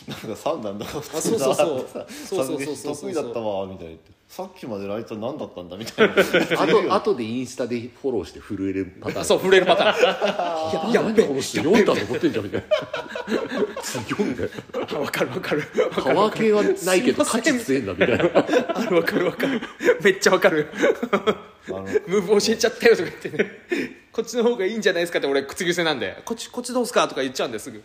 [SPEAKER 2] なんか三段とか普通
[SPEAKER 1] あそう
[SPEAKER 2] だな
[SPEAKER 1] そう
[SPEAKER 2] ってさ
[SPEAKER 1] そうそうそうそうそう
[SPEAKER 2] 得意だったわみたいな言ってさっきまでのあいつは何だったんだみた いな
[SPEAKER 3] あとあとでインスタでフォローして震えるパターン
[SPEAKER 1] そう震えるパターン
[SPEAKER 3] いやなんでこの人4段登ってんじゃんみたいな強いんだよ
[SPEAKER 1] あわかるわかる
[SPEAKER 3] パワー系はないけど
[SPEAKER 1] すい
[SPEAKER 3] 価
[SPEAKER 1] ません
[SPEAKER 3] 値強いんだみたいな
[SPEAKER 1] あるわかるわかるめっちゃわかる
[SPEAKER 2] あの
[SPEAKER 1] ムーブ教えちゃったよとか言ってねこっちの方がいいんじゃないですかって俺口癖なんでこっちこっちどうすかとか言っちゃうんですぐ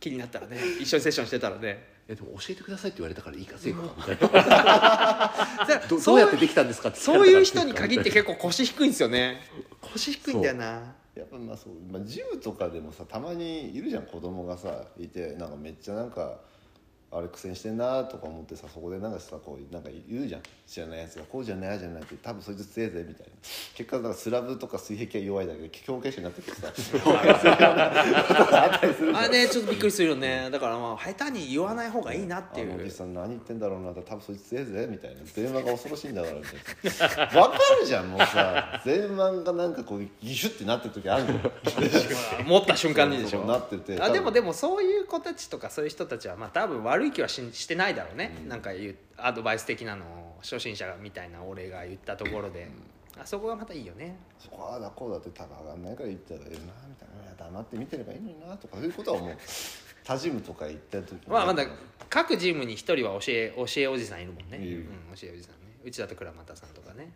[SPEAKER 1] 気になったらね一緒にセッションしてたらね
[SPEAKER 3] えでも教えてくださいって言われたからいいかセーフかみたいな
[SPEAKER 1] だから
[SPEAKER 3] ど
[SPEAKER 1] そ
[SPEAKER 3] ど
[SPEAKER 1] う
[SPEAKER 3] う
[SPEAKER 1] い
[SPEAKER 3] や
[SPEAKER 1] う
[SPEAKER 3] ってできたんですかって聞かれ
[SPEAKER 1] そう
[SPEAKER 3] た
[SPEAKER 1] い
[SPEAKER 3] から
[SPEAKER 1] う人に限って結構腰低いんですよね腰低いんだよな
[SPEAKER 2] やっぱまあそう、まあ、ジムとかでもさたまにいるじゃん子供がさいてなんかめっちゃなんかあれ苦戦してんなとか思ってさそこでなんかさこうなんか言うじゃん知らないやつがこうじゃないああじゃないって多分そいつ強えぜみたいな結果なんかスラブとか水壁は弱いだけど強化者になってきてさ
[SPEAKER 1] あれねちょっとびっくりするよねだからまあ下手に言わない方がいいなって
[SPEAKER 2] あ
[SPEAKER 1] い
[SPEAKER 2] のおじ
[SPEAKER 1] う
[SPEAKER 2] さん何言ってんだろうな多分そいつ強えぜみたいな前腕が恐ろしいんだからみたいなわかるじゃんもう さ前腕がなんかこうギシュってなってる時あるの
[SPEAKER 1] 持った瞬間にでしょ
[SPEAKER 2] そうなってて
[SPEAKER 1] あでも
[SPEAKER 2] 多分
[SPEAKER 1] でもそういう子たちとかそういう人たちはまあ多分悪い気はししてないだろうね、なんか言うアドバイス的なのを初心者みたいな俺が言ったところで、あそこがまたいいよね
[SPEAKER 2] そこああだこうだって多分上がんないから言ったらええなみたいないや黙って見てればいいのになとかそういうことはもう他ジムとか行った 時に
[SPEAKER 1] まあまだ各チームに一人は教え教えおじさんいるもんね、
[SPEAKER 2] いる
[SPEAKER 1] うん、教えおじさんねうちだと倉俣さんとかね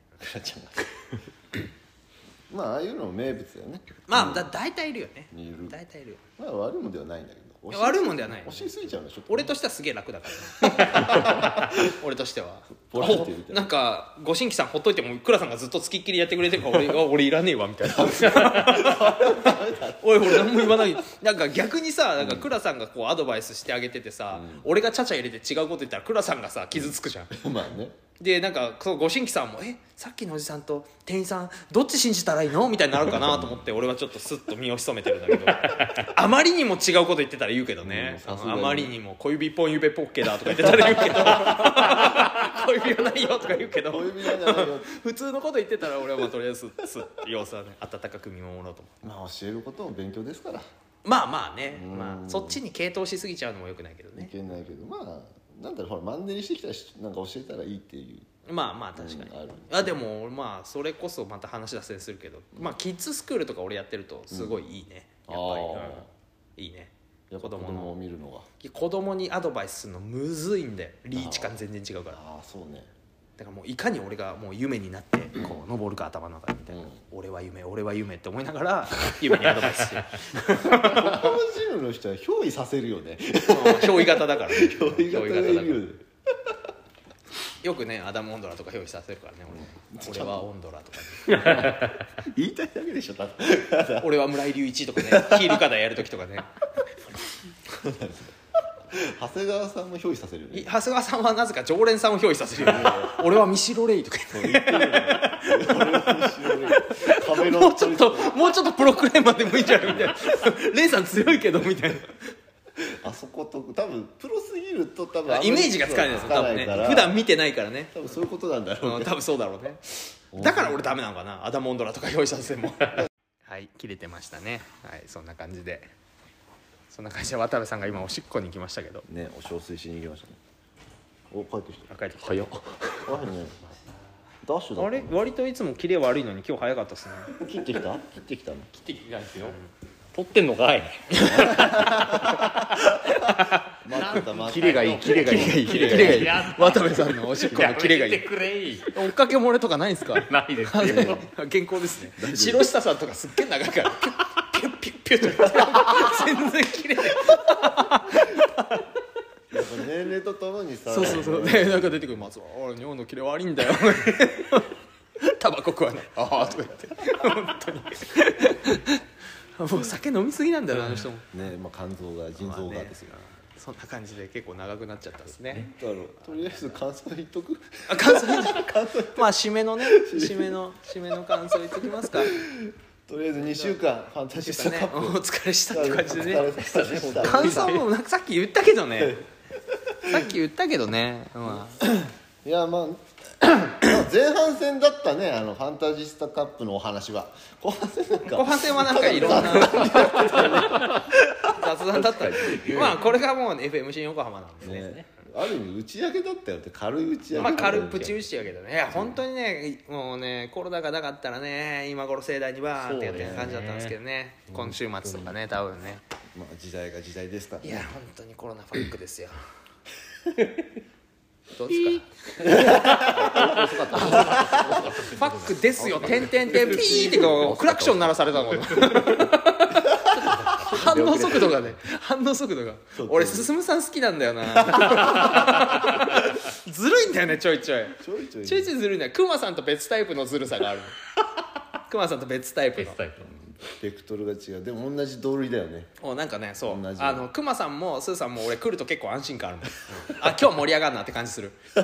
[SPEAKER 2] まあああいうのも名物だよね
[SPEAKER 1] まあだ大体いるよね
[SPEAKER 2] いる
[SPEAKER 1] 大体いるよ
[SPEAKER 2] まあ悪いもんではないんだけど
[SPEAKER 1] いや悪いもんではないよね
[SPEAKER 2] 押しすぎちゃうのちょっと
[SPEAKER 1] 俺としてはすげえ楽だ から、ね、俺としては
[SPEAKER 2] ボランティアみたいな
[SPEAKER 1] なんかご新規さんほっといても倉さんがずっとつきっきりやってくれてるから俺 は俺いらねえわみたいなおい俺何も言わないなんか逆にさなんか倉さんがこうアドバイスしてあげててさ、俺がちゃちゃ入れて違うこと言ったら倉さんがさ傷つくじゃん
[SPEAKER 2] まあね
[SPEAKER 1] でなんかそのご新規さんも「えさっきのおじさんと店員さんどっち信じたらいいの?」みたいになるかなと思って俺はちょっとスッと身を潜めてるんだけど あまりにも違うこと言ってたら言うけどね、
[SPEAKER 2] うんさすが
[SPEAKER 1] あ
[SPEAKER 2] に
[SPEAKER 1] まりにも「小指一本指ポッケだ」とか言ってたら言うけど「小 指はないよ」とか言うけ
[SPEAKER 2] 小
[SPEAKER 1] ど
[SPEAKER 2] 指じゃないよ
[SPEAKER 1] 普通のこと言ってたら俺はまあとりあえずスッと様子はね温かく見守ろうと思
[SPEAKER 2] まあ教えることも勉強ですから
[SPEAKER 1] うまあまあね、まあ、そっちに傾倒しすぎちゃうのもよくないけど
[SPEAKER 2] い
[SPEAKER 1] ね
[SPEAKER 2] けないけどまあなんだろうほらマンネリしてきたらしなんか教えたらいいっていう
[SPEAKER 1] まあまあ確かに、
[SPEAKER 2] うんある
[SPEAKER 1] あでもまあそれこそまた話脱線するけど、まあキッズスクールとか俺やってるとすごいいいね、
[SPEAKER 2] うん
[SPEAKER 1] やっぱり、
[SPEAKER 2] あ
[SPEAKER 1] うん
[SPEAKER 2] ー
[SPEAKER 1] いいね
[SPEAKER 2] やっぱ
[SPEAKER 1] 子
[SPEAKER 2] 子
[SPEAKER 1] 供
[SPEAKER 2] 供を
[SPEAKER 1] の
[SPEAKER 2] 見るのが
[SPEAKER 1] 子供にアドバイスするのむずいんだよリーチ感全然違うから
[SPEAKER 2] ああそうね
[SPEAKER 1] だからもういかに俺がもう夢になってこう登るか頭の中にみたいな、
[SPEAKER 2] うん
[SPEAKER 1] 俺は夢俺は夢って思いなが ら夢にアドバイスして
[SPEAKER 2] 他のチームの人は憑依させるよね
[SPEAKER 1] 憑依型だからね
[SPEAKER 2] 憑依型がいるよね
[SPEAKER 1] よくねアダム・オンドラとか憑依させるからね俺俺はオンドラとか、
[SPEAKER 2] 言いたいだけでし ょ多分
[SPEAKER 1] ね、俺は村井隆一とか ねヒールカダやる時とかね
[SPEAKER 2] 長谷川さんも憑依させるよ
[SPEAKER 1] い
[SPEAKER 2] ね
[SPEAKER 1] 長谷川さんはなぜか常連さんを憑依させるよね俺はミシロレイとか言って
[SPEAKER 2] そう言ってるよね俺は後ろに壁 の
[SPEAKER 1] もうちょっともうちょっとプロクレーマーでもいいんじゃないみたいなレイさん強いけどみたいな
[SPEAKER 2] あそこと多分プロすぎると多分あんまり
[SPEAKER 1] イメージがつかないですよ多分ね
[SPEAKER 2] つかないから
[SPEAKER 1] 普段見てないからね
[SPEAKER 2] 多分そういうことなんだろう
[SPEAKER 1] うん
[SPEAKER 2] ね
[SPEAKER 1] 多分そうだろうねだから俺ダメなのかなアダモンドラとか用意したせもはい切れてましたねはいそんな感じでそんな感じで渡部さんが今おしっこに行きましたけど
[SPEAKER 2] ねお小水しに行きましたねお帰ってきた
[SPEAKER 1] 帰ってき
[SPEAKER 3] 早っ
[SPEAKER 2] あれねダッシュだ
[SPEAKER 1] たあれ割といつもキレ悪いのに今日早かったですね
[SPEAKER 2] 切ってきた切ってきたの
[SPEAKER 4] 切ってきてないですよ取ってんのかい
[SPEAKER 2] 待ってた待
[SPEAKER 3] キ
[SPEAKER 2] っ
[SPEAKER 3] レ
[SPEAKER 2] て
[SPEAKER 3] がいいキレがいいキレ
[SPEAKER 1] キレ
[SPEAKER 3] い
[SPEAKER 1] がいい渡部さんのおしっこのキレがい
[SPEAKER 4] や
[SPEAKER 1] い
[SPEAKER 4] めてくれい
[SPEAKER 1] 追っかけ漏れとかないんですか
[SPEAKER 4] ないですよ
[SPEAKER 1] 健康ですね白下さんとかすっげえ長いからピュッピュッピュッピュッと全然切れない
[SPEAKER 2] やっぱ年齢とともにさ
[SPEAKER 1] そうそうそう
[SPEAKER 2] ね
[SPEAKER 1] でなんか出てくる松尾「俺日本のキレ悪いんだよ」タバコ食わない「ああ」とか言って本当にもう酒飲みすぎなんだよなあの人も
[SPEAKER 2] まあ肝臓が腎臓がですよ
[SPEAKER 1] そんな感じで結構長くなっちゃったんですね
[SPEAKER 2] だからとりあえず感想言っとく
[SPEAKER 1] あ感想言っちゃうまあ締めのね締めの締めの感想言っときますか
[SPEAKER 2] とりあえず2週間ファンタジスタ
[SPEAKER 1] ね
[SPEAKER 2] カッ
[SPEAKER 1] お
[SPEAKER 2] プ
[SPEAKER 1] 疲れしたって感じでね
[SPEAKER 2] お疲れ様でした
[SPEAKER 1] 感想もなんかさっき言ったけどねさっき言ったけどね、まあ、
[SPEAKER 2] いやまあまあ前半戦だったねあのファンタジスタカップのお話は後半戦なんか
[SPEAKER 1] 後半戦はなんかいろん な雑談だったりまあこれがもう FM 新横浜なんでね
[SPEAKER 2] ねある意味打ち上げだったよって軽い打ち上げ
[SPEAKER 1] まあ軽くプチ打ちやけどねいや本当にねもうねコロナがなかったらね今頃盛大にバーンってやってる感じだったんですけどね今週末とかね多分ね
[SPEAKER 2] まあ時代が時代ですから
[SPEAKER 1] い
[SPEAKER 2] ね
[SPEAKER 1] や本当にコロナパックです よどうですか ファックですよ、点々点ピーってこう クラクション鳴らされたもん 反応速度がね反応速度が俺進さん好きなんだ よなずるいんだよねちょいちょい
[SPEAKER 2] ちょいちょい
[SPEAKER 1] ちょいちょいずるいんだよクマさんと別タイプのずるさがあるクマさんと別タイプ
[SPEAKER 4] ベ
[SPEAKER 1] の
[SPEAKER 4] スタイプ
[SPEAKER 2] ベクトルが違うでも同じ同類だよね
[SPEAKER 1] おなんかねそう
[SPEAKER 2] 同じ
[SPEAKER 1] あのクマさんもスーさんも俺来ると結構安心感あるもん あ今日盛り上がるなって感じする ま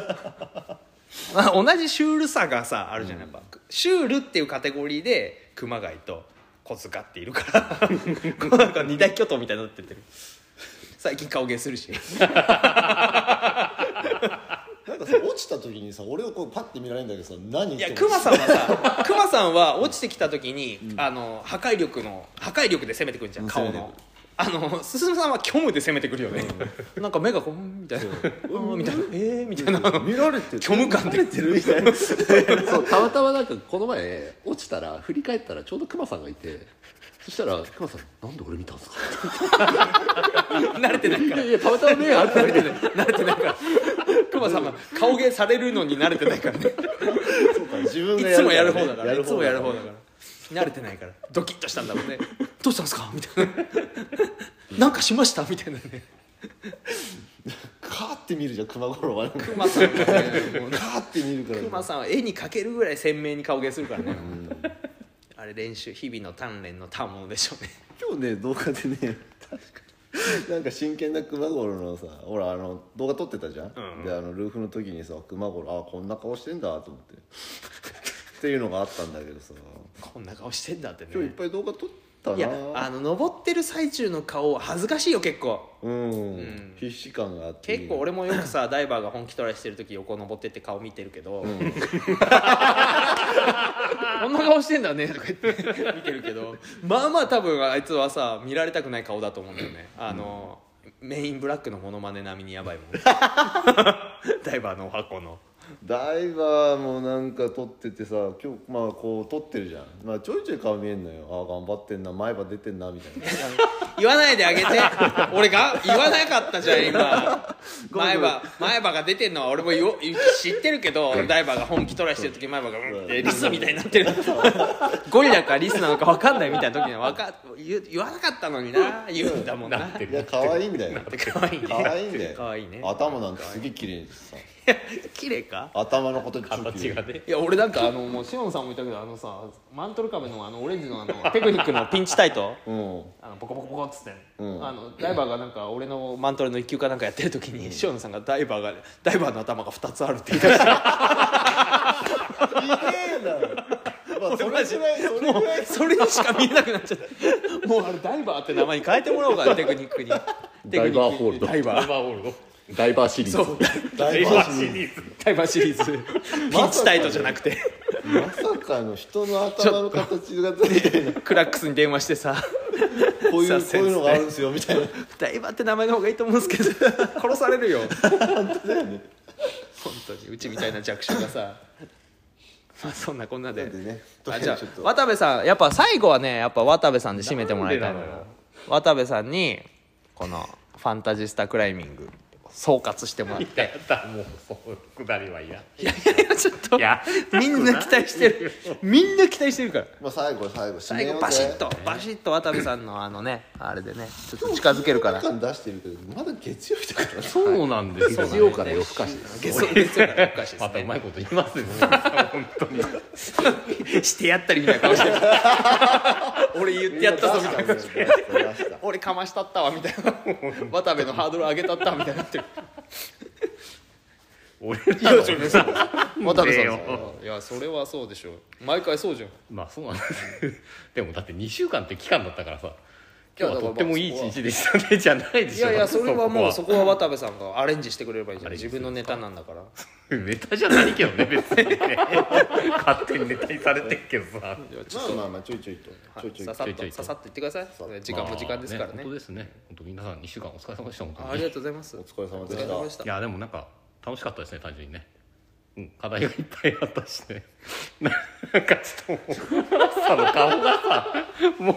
[SPEAKER 1] あ同じシュールさがさあるじゃない、やっぱシュールっていうカテゴリーで熊谷と小塚っているから こうなんか二大巨頭みたいになってってる最近顔芸するし
[SPEAKER 2] なんかさ落ちた時にさ俺をこうパッて見られるんだけどさ何
[SPEAKER 1] いや
[SPEAKER 2] って
[SPEAKER 1] クマさんはさ クマさんは落ちてきた時に、あの破壊力の破壊力で攻めてくるじゃん
[SPEAKER 2] うん
[SPEAKER 1] 顔のあの進さんは虚無で攻めてくるよね、 なんか目がこうみたいなうんみたいなえー、みたいな
[SPEAKER 2] 見られてる
[SPEAKER 1] 虚無感
[SPEAKER 2] 見
[SPEAKER 1] で
[SPEAKER 2] られてるみたいな
[SPEAKER 3] そうたまたまなんかこの前落ちたら振り返ったらちょうどクマさんがいてそしたらクマさん「なんで俺見たんですか?」
[SPEAKER 1] 慣れてない
[SPEAKER 3] い
[SPEAKER 1] か
[SPEAKER 3] やいやたまたま目が合って
[SPEAKER 1] ら慣れ てない慣れてないからクマさんは顔芸されるのに慣れてないからね
[SPEAKER 2] そうか自分
[SPEAKER 1] い
[SPEAKER 2] が
[SPEAKER 1] つもやる方だから
[SPEAKER 2] やる
[SPEAKER 1] いつもやる方だ
[SPEAKER 2] ら
[SPEAKER 1] から慣れてないからドキッとしたんだもんねどうしたんですかみたい ななんかしましたみたいなね
[SPEAKER 2] カーって見るじゃん熊五郎はなんか
[SPEAKER 1] クマさんはねもう
[SPEAKER 2] カーって見るから
[SPEAKER 1] クマさんは絵に描けるぐらい鮮明に顔芸するからねあれ練習日々の鍛錬のたものでしょうね
[SPEAKER 2] 今日ね動画でね確かになんか真剣な熊五郎のさほらあの動画撮ってたじゃん、であのルーフの時にさ熊五郎あこんな顔してんだと思ってっていうのがあったんだけどさ
[SPEAKER 1] こんな顔してんだって
[SPEAKER 2] 今日いっ
[SPEAKER 1] ね
[SPEAKER 2] ぱい動画撮ったない
[SPEAKER 1] やあの登ってる最中の顔は恥ずかしいよ結構
[SPEAKER 2] うん、必死感があって
[SPEAKER 1] 結構俺もよくさダイバーが本気トライしてる時横登ってって顔見てるけど、 こんな顔してんだねとか言って見てるけどまあまあ多分あいつはさ見られたくない顔だと思うんだよねあ の、メインブラックのモノマネ並みにやばいもんダイバーのお箱の
[SPEAKER 2] ダイバーもなんか撮っててさ今日まあこう撮ってるじゃん、まあ、ちょいちょい顔見えんのよああ頑張ってんな前歯出てんなみたいな
[SPEAKER 1] 言わないであ げて俺が言わなかったじゃん今前歯前歯が出てんのは俺もよ知ってるけどダイバーが本気取らしてる時前歯がうんってリスみたいにな ってるゴリラかリスなのか分かんないみたいな時にはわか言言わなかったのにな言うんだもんな
[SPEAKER 4] って
[SPEAKER 2] いや可愛いんだよ
[SPEAKER 1] 可愛いね
[SPEAKER 2] 可愛いんだよ
[SPEAKER 1] 可愛いね
[SPEAKER 2] 頭なんてすげえ綺麗にさ
[SPEAKER 1] 綺麗か
[SPEAKER 2] 頭のこと超綺
[SPEAKER 4] 形
[SPEAKER 2] 麗
[SPEAKER 4] がね
[SPEAKER 1] いや俺なんかあのもうシオンさんも言ったけどあのさマントルカメのあのオレンジ のあのテクニックのピンチタイト
[SPEAKER 2] うん
[SPEAKER 1] あのボコボコボコっつって、
[SPEAKER 2] うん
[SPEAKER 1] あのダイバーがなんか俺のマントルの一級かなんかやってる時に塩野さんがダイバーがダイバーの頭が2つあるって言い出した
[SPEAKER 2] 綺麗だよまあそれぐらい それぐらい
[SPEAKER 1] それにしか見えなくなっちゃ ってもうあれダイバーって名前に変えてもらおうかなテクニックにテクニックに
[SPEAKER 3] ダイバーホールド
[SPEAKER 1] ダイバ
[SPEAKER 4] バー
[SPEAKER 1] ー
[SPEAKER 4] ホールド
[SPEAKER 3] ダイバーシリー
[SPEAKER 1] そ
[SPEAKER 3] ズ
[SPEAKER 1] う
[SPEAKER 2] ダ
[SPEAKER 4] ダ
[SPEAKER 2] イ
[SPEAKER 4] イ
[SPEAKER 2] バー
[SPEAKER 4] バ
[SPEAKER 2] シ
[SPEAKER 4] ーシリーズ
[SPEAKER 1] ダイバーシリ ーズピンチタイトじゃなくて
[SPEAKER 2] まさかの人の頭の形がついてる
[SPEAKER 1] クラックスに電話してさ
[SPEAKER 2] こういう
[SPEAKER 1] さ
[SPEAKER 2] こういうのがあるんですよみた いな
[SPEAKER 1] ダイバーって名前の方がいいと思うんです けど殺されるよ本当だよね本当にうちみたいな弱小がさまあそんなこんなで
[SPEAKER 2] でね
[SPEAKER 1] あじゃ
[SPEAKER 2] ちょっ
[SPEAKER 1] あ
[SPEAKER 2] と
[SPEAKER 1] 渡部さんやっぱ最後はねやっぱ渡部さんで締めてもらいたいの
[SPEAKER 4] なんでなの
[SPEAKER 1] よ
[SPEAKER 4] よ
[SPEAKER 1] 渡部さんにこのファンタジスタクライミング総括してもらって
[SPEAKER 4] いやだもうそうくだりはいや
[SPEAKER 1] いやい やいやちょっと
[SPEAKER 4] いや
[SPEAKER 1] みんな期待してる みんな期待してるから
[SPEAKER 2] まあ最後最後締め
[SPEAKER 1] 最
[SPEAKER 2] よう
[SPEAKER 1] 後
[SPEAKER 2] ぜ
[SPEAKER 1] バシッとバシッと渡部さんのあのねあれでねちょっと近づける から
[SPEAKER 2] 感出してるけどまだ月曜日だから
[SPEAKER 4] そうなんですよ
[SPEAKER 3] 月曜から夜更かしです
[SPEAKER 1] ゲストですよねおかしいです
[SPEAKER 4] ま
[SPEAKER 1] ね
[SPEAKER 4] たうまいこと言いますよ本当に
[SPEAKER 1] してやったりみたいな顔してる 俺言ってやったぞみたいな
[SPEAKER 2] 出したね
[SPEAKER 1] 俺かましたったわみたいな渡部のハードル上げたったわみたいになってる
[SPEAKER 4] 俺
[SPEAKER 1] いやそれさ渡部さん
[SPEAKER 4] よ
[SPEAKER 1] さいやそれはそうでしょ毎回そうじゃん
[SPEAKER 4] まあそうなんですよ でもだって2週間って期間だったからさ今日
[SPEAKER 1] いやだからまあ
[SPEAKER 4] はとってもいい一日でしたねじゃないで
[SPEAKER 1] い
[SPEAKER 4] しょ
[SPEAKER 1] やいやそれはもうそ
[SPEAKER 4] こ
[SPEAKER 1] こは渡部さんがアレンジしてくれればいいじゃん
[SPEAKER 4] アレンジ
[SPEAKER 1] 自
[SPEAKER 4] する
[SPEAKER 1] 分のネタなんだから
[SPEAKER 4] はネタじゃないけどね別にね勝手にネタにされてっけどさ
[SPEAKER 1] いやちょっ
[SPEAKER 2] まあ
[SPEAKER 1] と
[SPEAKER 2] まあまあちょいちょいとちょいち
[SPEAKER 1] さ
[SPEAKER 2] ょい
[SPEAKER 1] さっ
[SPEAKER 4] ちょいちょい
[SPEAKER 1] と
[SPEAKER 4] と
[SPEAKER 1] ささっと言ってください時間も時間ですから
[SPEAKER 4] まあ
[SPEAKER 1] ね
[SPEAKER 4] 本当ですね本当皆さん2週間お疲れ様でした本当に
[SPEAKER 1] あありがとうございますお
[SPEAKER 2] 疲れ様
[SPEAKER 1] お
[SPEAKER 2] で
[SPEAKER 1] 疲
[SPEAKER 2] した
[SPEAKER 1] れ様でした
[SPEAKER 4] いやでもなんか楽しかったですね単純にね、うん、課題がいっぱいあったしね なんかちょっともうさの顔がさもう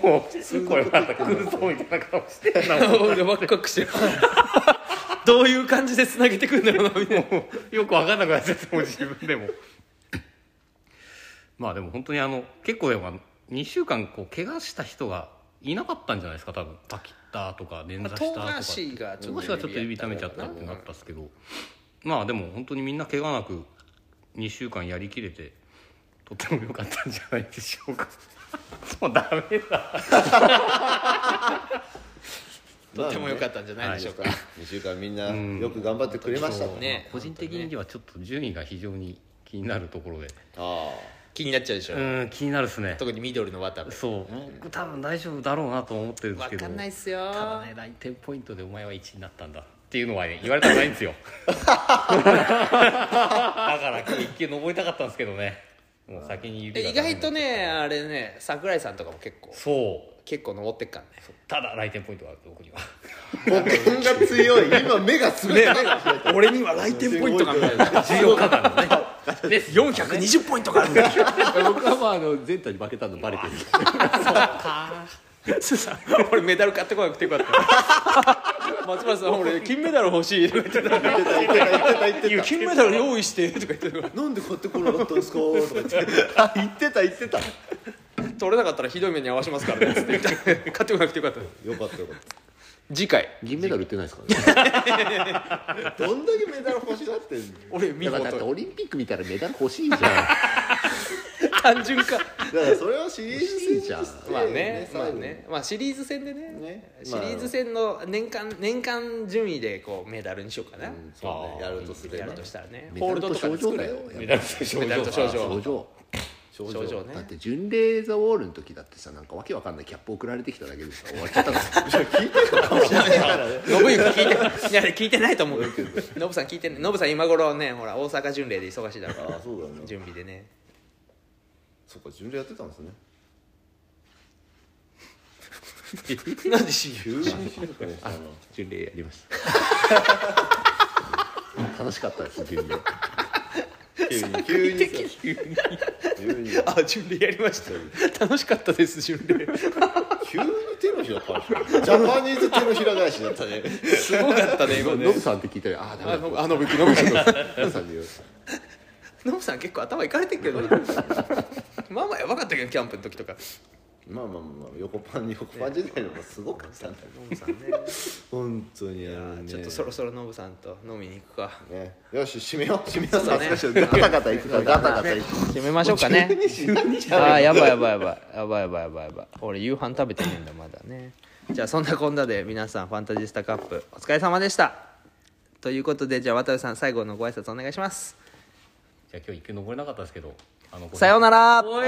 [SPEAKER 4] これまた来るぞみたいな顔してん なもう
[SPEAKER 1] 俺ワクワクしてるどういう感じでつなげてくんだろうなみたいな
[SPEAKER 4] よく分かんなくなっちゃってもう自分でもまあでも本当にあの結構でも2週間こう怪我した人がいなかったんじゃないですか多分パキッタとか捻挫したと
[SPEAKER 1] 唐
[SPEAKER 4] か
[SPEAKER 1] 辛子がちょっ
[SPEAKER 4] もしはちょ
[SPEAKER 1] と
[SPEAKER 4] っと指痛めちゃったってなったんですけど、まあでも本当にみんな怪我なく2週間やりきれてとても良かったんじゃないでしょうか もうダメだ
[SPEAKER 1] とても良かったんじゃないでしょうか、
[SPEAKER 2] 2週間みんなよく頑張ってくれました
[SPEAKER 1] そうね
[SPEAKER 4] 個人的にはちょっと順位が非常に気になるところで
[SPEAKER 2] あ
[SPEAKER 1] 気になっちゃうでしょ、
[SPEAKER 4] うん気になるっすね
[SPEAKER 1] 特に緑の渡部
[SPEAKER 4] そう僕多分大丈夫だろうなと思ってるんですけ
[SPEAKER 1] 分
[SPEAKER 4] ど
[SPEAKER 1] かんないっすよ
[SPEAKER 4] ただね来店ポイントでお前は1になったんだっていうのはね言われたくないんで すよだから今日一級登りたかったんですけどねもう先に指
[SPEAKER 1] え
[SPEAKER 4] が
[SPEAKER 1] 意外とねあれね桜井さんとかも結構
[SPEAKER 4] そう
[SPEAKER 1] 結構登ってっからね
[SPEAKER 4] ただ来店ポイントがある僕には
[SPEAKER 2] あ僕が強い今目がすげえ
[SPEAKER 1] 俺には来店ポイントがみたいな
[SPEAKER 4] 14日間のねで
[SPEAKER 1] 420ポイントがあるんだよ
[SPEAKER 3] 僕はまああの前回に負けたのバレてる
[SPEAKER 1] 俺メダル買ってこなくてよかった 松原さん俺金メダル欲しいとか言ってたいや金メダル用意してとか言ってたから
[SPEAKER 2] なんで買ってこなかったんですかとか言って言ってた言ってたよ
[SPEAKER 1] 取れなかったらひどい目に遭わしますからねつって買ってこなくてよかった
[SPEAKER 2] かったよかっ
[SPEAKER 1] 次回
[SPEAKER 3] 銀メダル売ってないですからね
[SPEAKER 2] たどんだけメダル欲しがってんの
[SPEAKER 1] 俺見
[SPEAKER 3] だからだって
[SPEAKER 1] 事
[SPEAKER 3] オリンピック見たらメダル欲しいじ ゃ
[SPEAKER 1] 単純化
[SPEAKER 2] だからそれはシリー
[SPEAKER 3] ん
[SPEAKER 2] ズ
[SPEAKER 3] 欲しいじゃん
[SPEAKER 1] まあね、まあ
[SPEAKER 2] 最後
[SPEAKER 1] ね、まあシリーズ戦でね、
[SPEAKER 2] ね
[SPEAKER 1] シリーズ戦の年間年間順位でこうメダルにしようかな。
[SPEAKER 2] そうねやるとすれ
[SPEAKER 1] や
[SPEAKER 2] ば
[SPEAKER 1] るとしたらね、
[SPEAKER 3] メ
[SPEAKER 1] ホール
[SPEAKER 3] ダル
[SPEAKER 1] ド
[SPEAKER 3] と
[SPEAKER 1] とか
[SPEAKER 3] 症
[SPEAKER 1] で作
[SPEAKER 3] 状
[SPEAKER 1] れ
[SPEAKER 3] だ
[SPEAKER 1] よ
[SPEAKER 3] よ
[SPEAKER 4] メダルと賞
[SPEAKER 1] メダルと賞状
[SPEAKER 3] 症状
[SPEAKER 1] 症状ね
[SPEAKER 3] だって巡礼ザウォールの時だってさなんかわけわかんないキャップ送られてきただけでさ終わっちゃったんですよ
[SPEAKER 1] ノ ブユキ聞いて、い や聞いてないと思う。ノブさん聞いてない。ノブさん今頃ね、ほら大阪巡礼で忙しいだろうか
[SPEAKER 2] あ
[SPEAKER 1] ら
[SPEAKER 2] あ、そうだね
[SPEAKER 1] 準備でね。
[SPEAKER 2] そっか巡礼やってたんですね
[SPEAKER 1] なんで知る？
[SPEAKER 2] 急に静かにしたな
[SPEAKER 3] 巡礼やりました楽しかったです巡礼
[SPEAKER 2] 急に急に急に
[SPEAKER 1] あ巡礼やりました楽しかったです巡礼
[SPEAKER 2] 急に手のひら返したジャパニーズ手のひら返しだったね
[SPEAKER 1] すごか ったね今ね
[SPEAKER 3] ノブさんって聞いたらああ
[SPEAKER 1] あ
[SPEAKER 3] ダメ
[SPEAKER 1] の
[SPEAKER 3] だ
[SPEAKER 1] あのぶきのぶき
[SPEAKER 3] ノブさんで言う
[SPEAKER 1] ノブさん結構頭いかれてるけ どなまあまあやばかったけどキャンプの時とか
[SPEAKER 2] まあまあまあ横パン横パン時代のもすごかったんだよ
[SPEAKER 1] ノブさんね
[SPEAKER 2] 本当に
[SPEAKER 1] いや
[SPEAKER 2] あの
[SPEAKER 1] ー
[SPEAKER 2] ね
[SPEAKER 1] ちょっとそろそろノブさんと飲みに行くか
[SPEAKER 2] ねよし締めよう締めよう
[SPEAKER 1] そうだね
[SPEAKER 2] さっき のガタガタいくからガタガタいく
[SPEAKER 1] 決めましょうかねあーやばいやばいやばいやばいやばいやばいやばい俺夕飯食べてねえんだまだねじゃあそんなこんなで皆さんファンタジスタカップお疲れ様でしたということでじゃあ渡部さん最後のご挨拶お願いします
[SPEAKER 4] じゃあ今日一級登れなかったですけどあの
[SPEAKER 1] さようなら
[SPEAKER 4] おい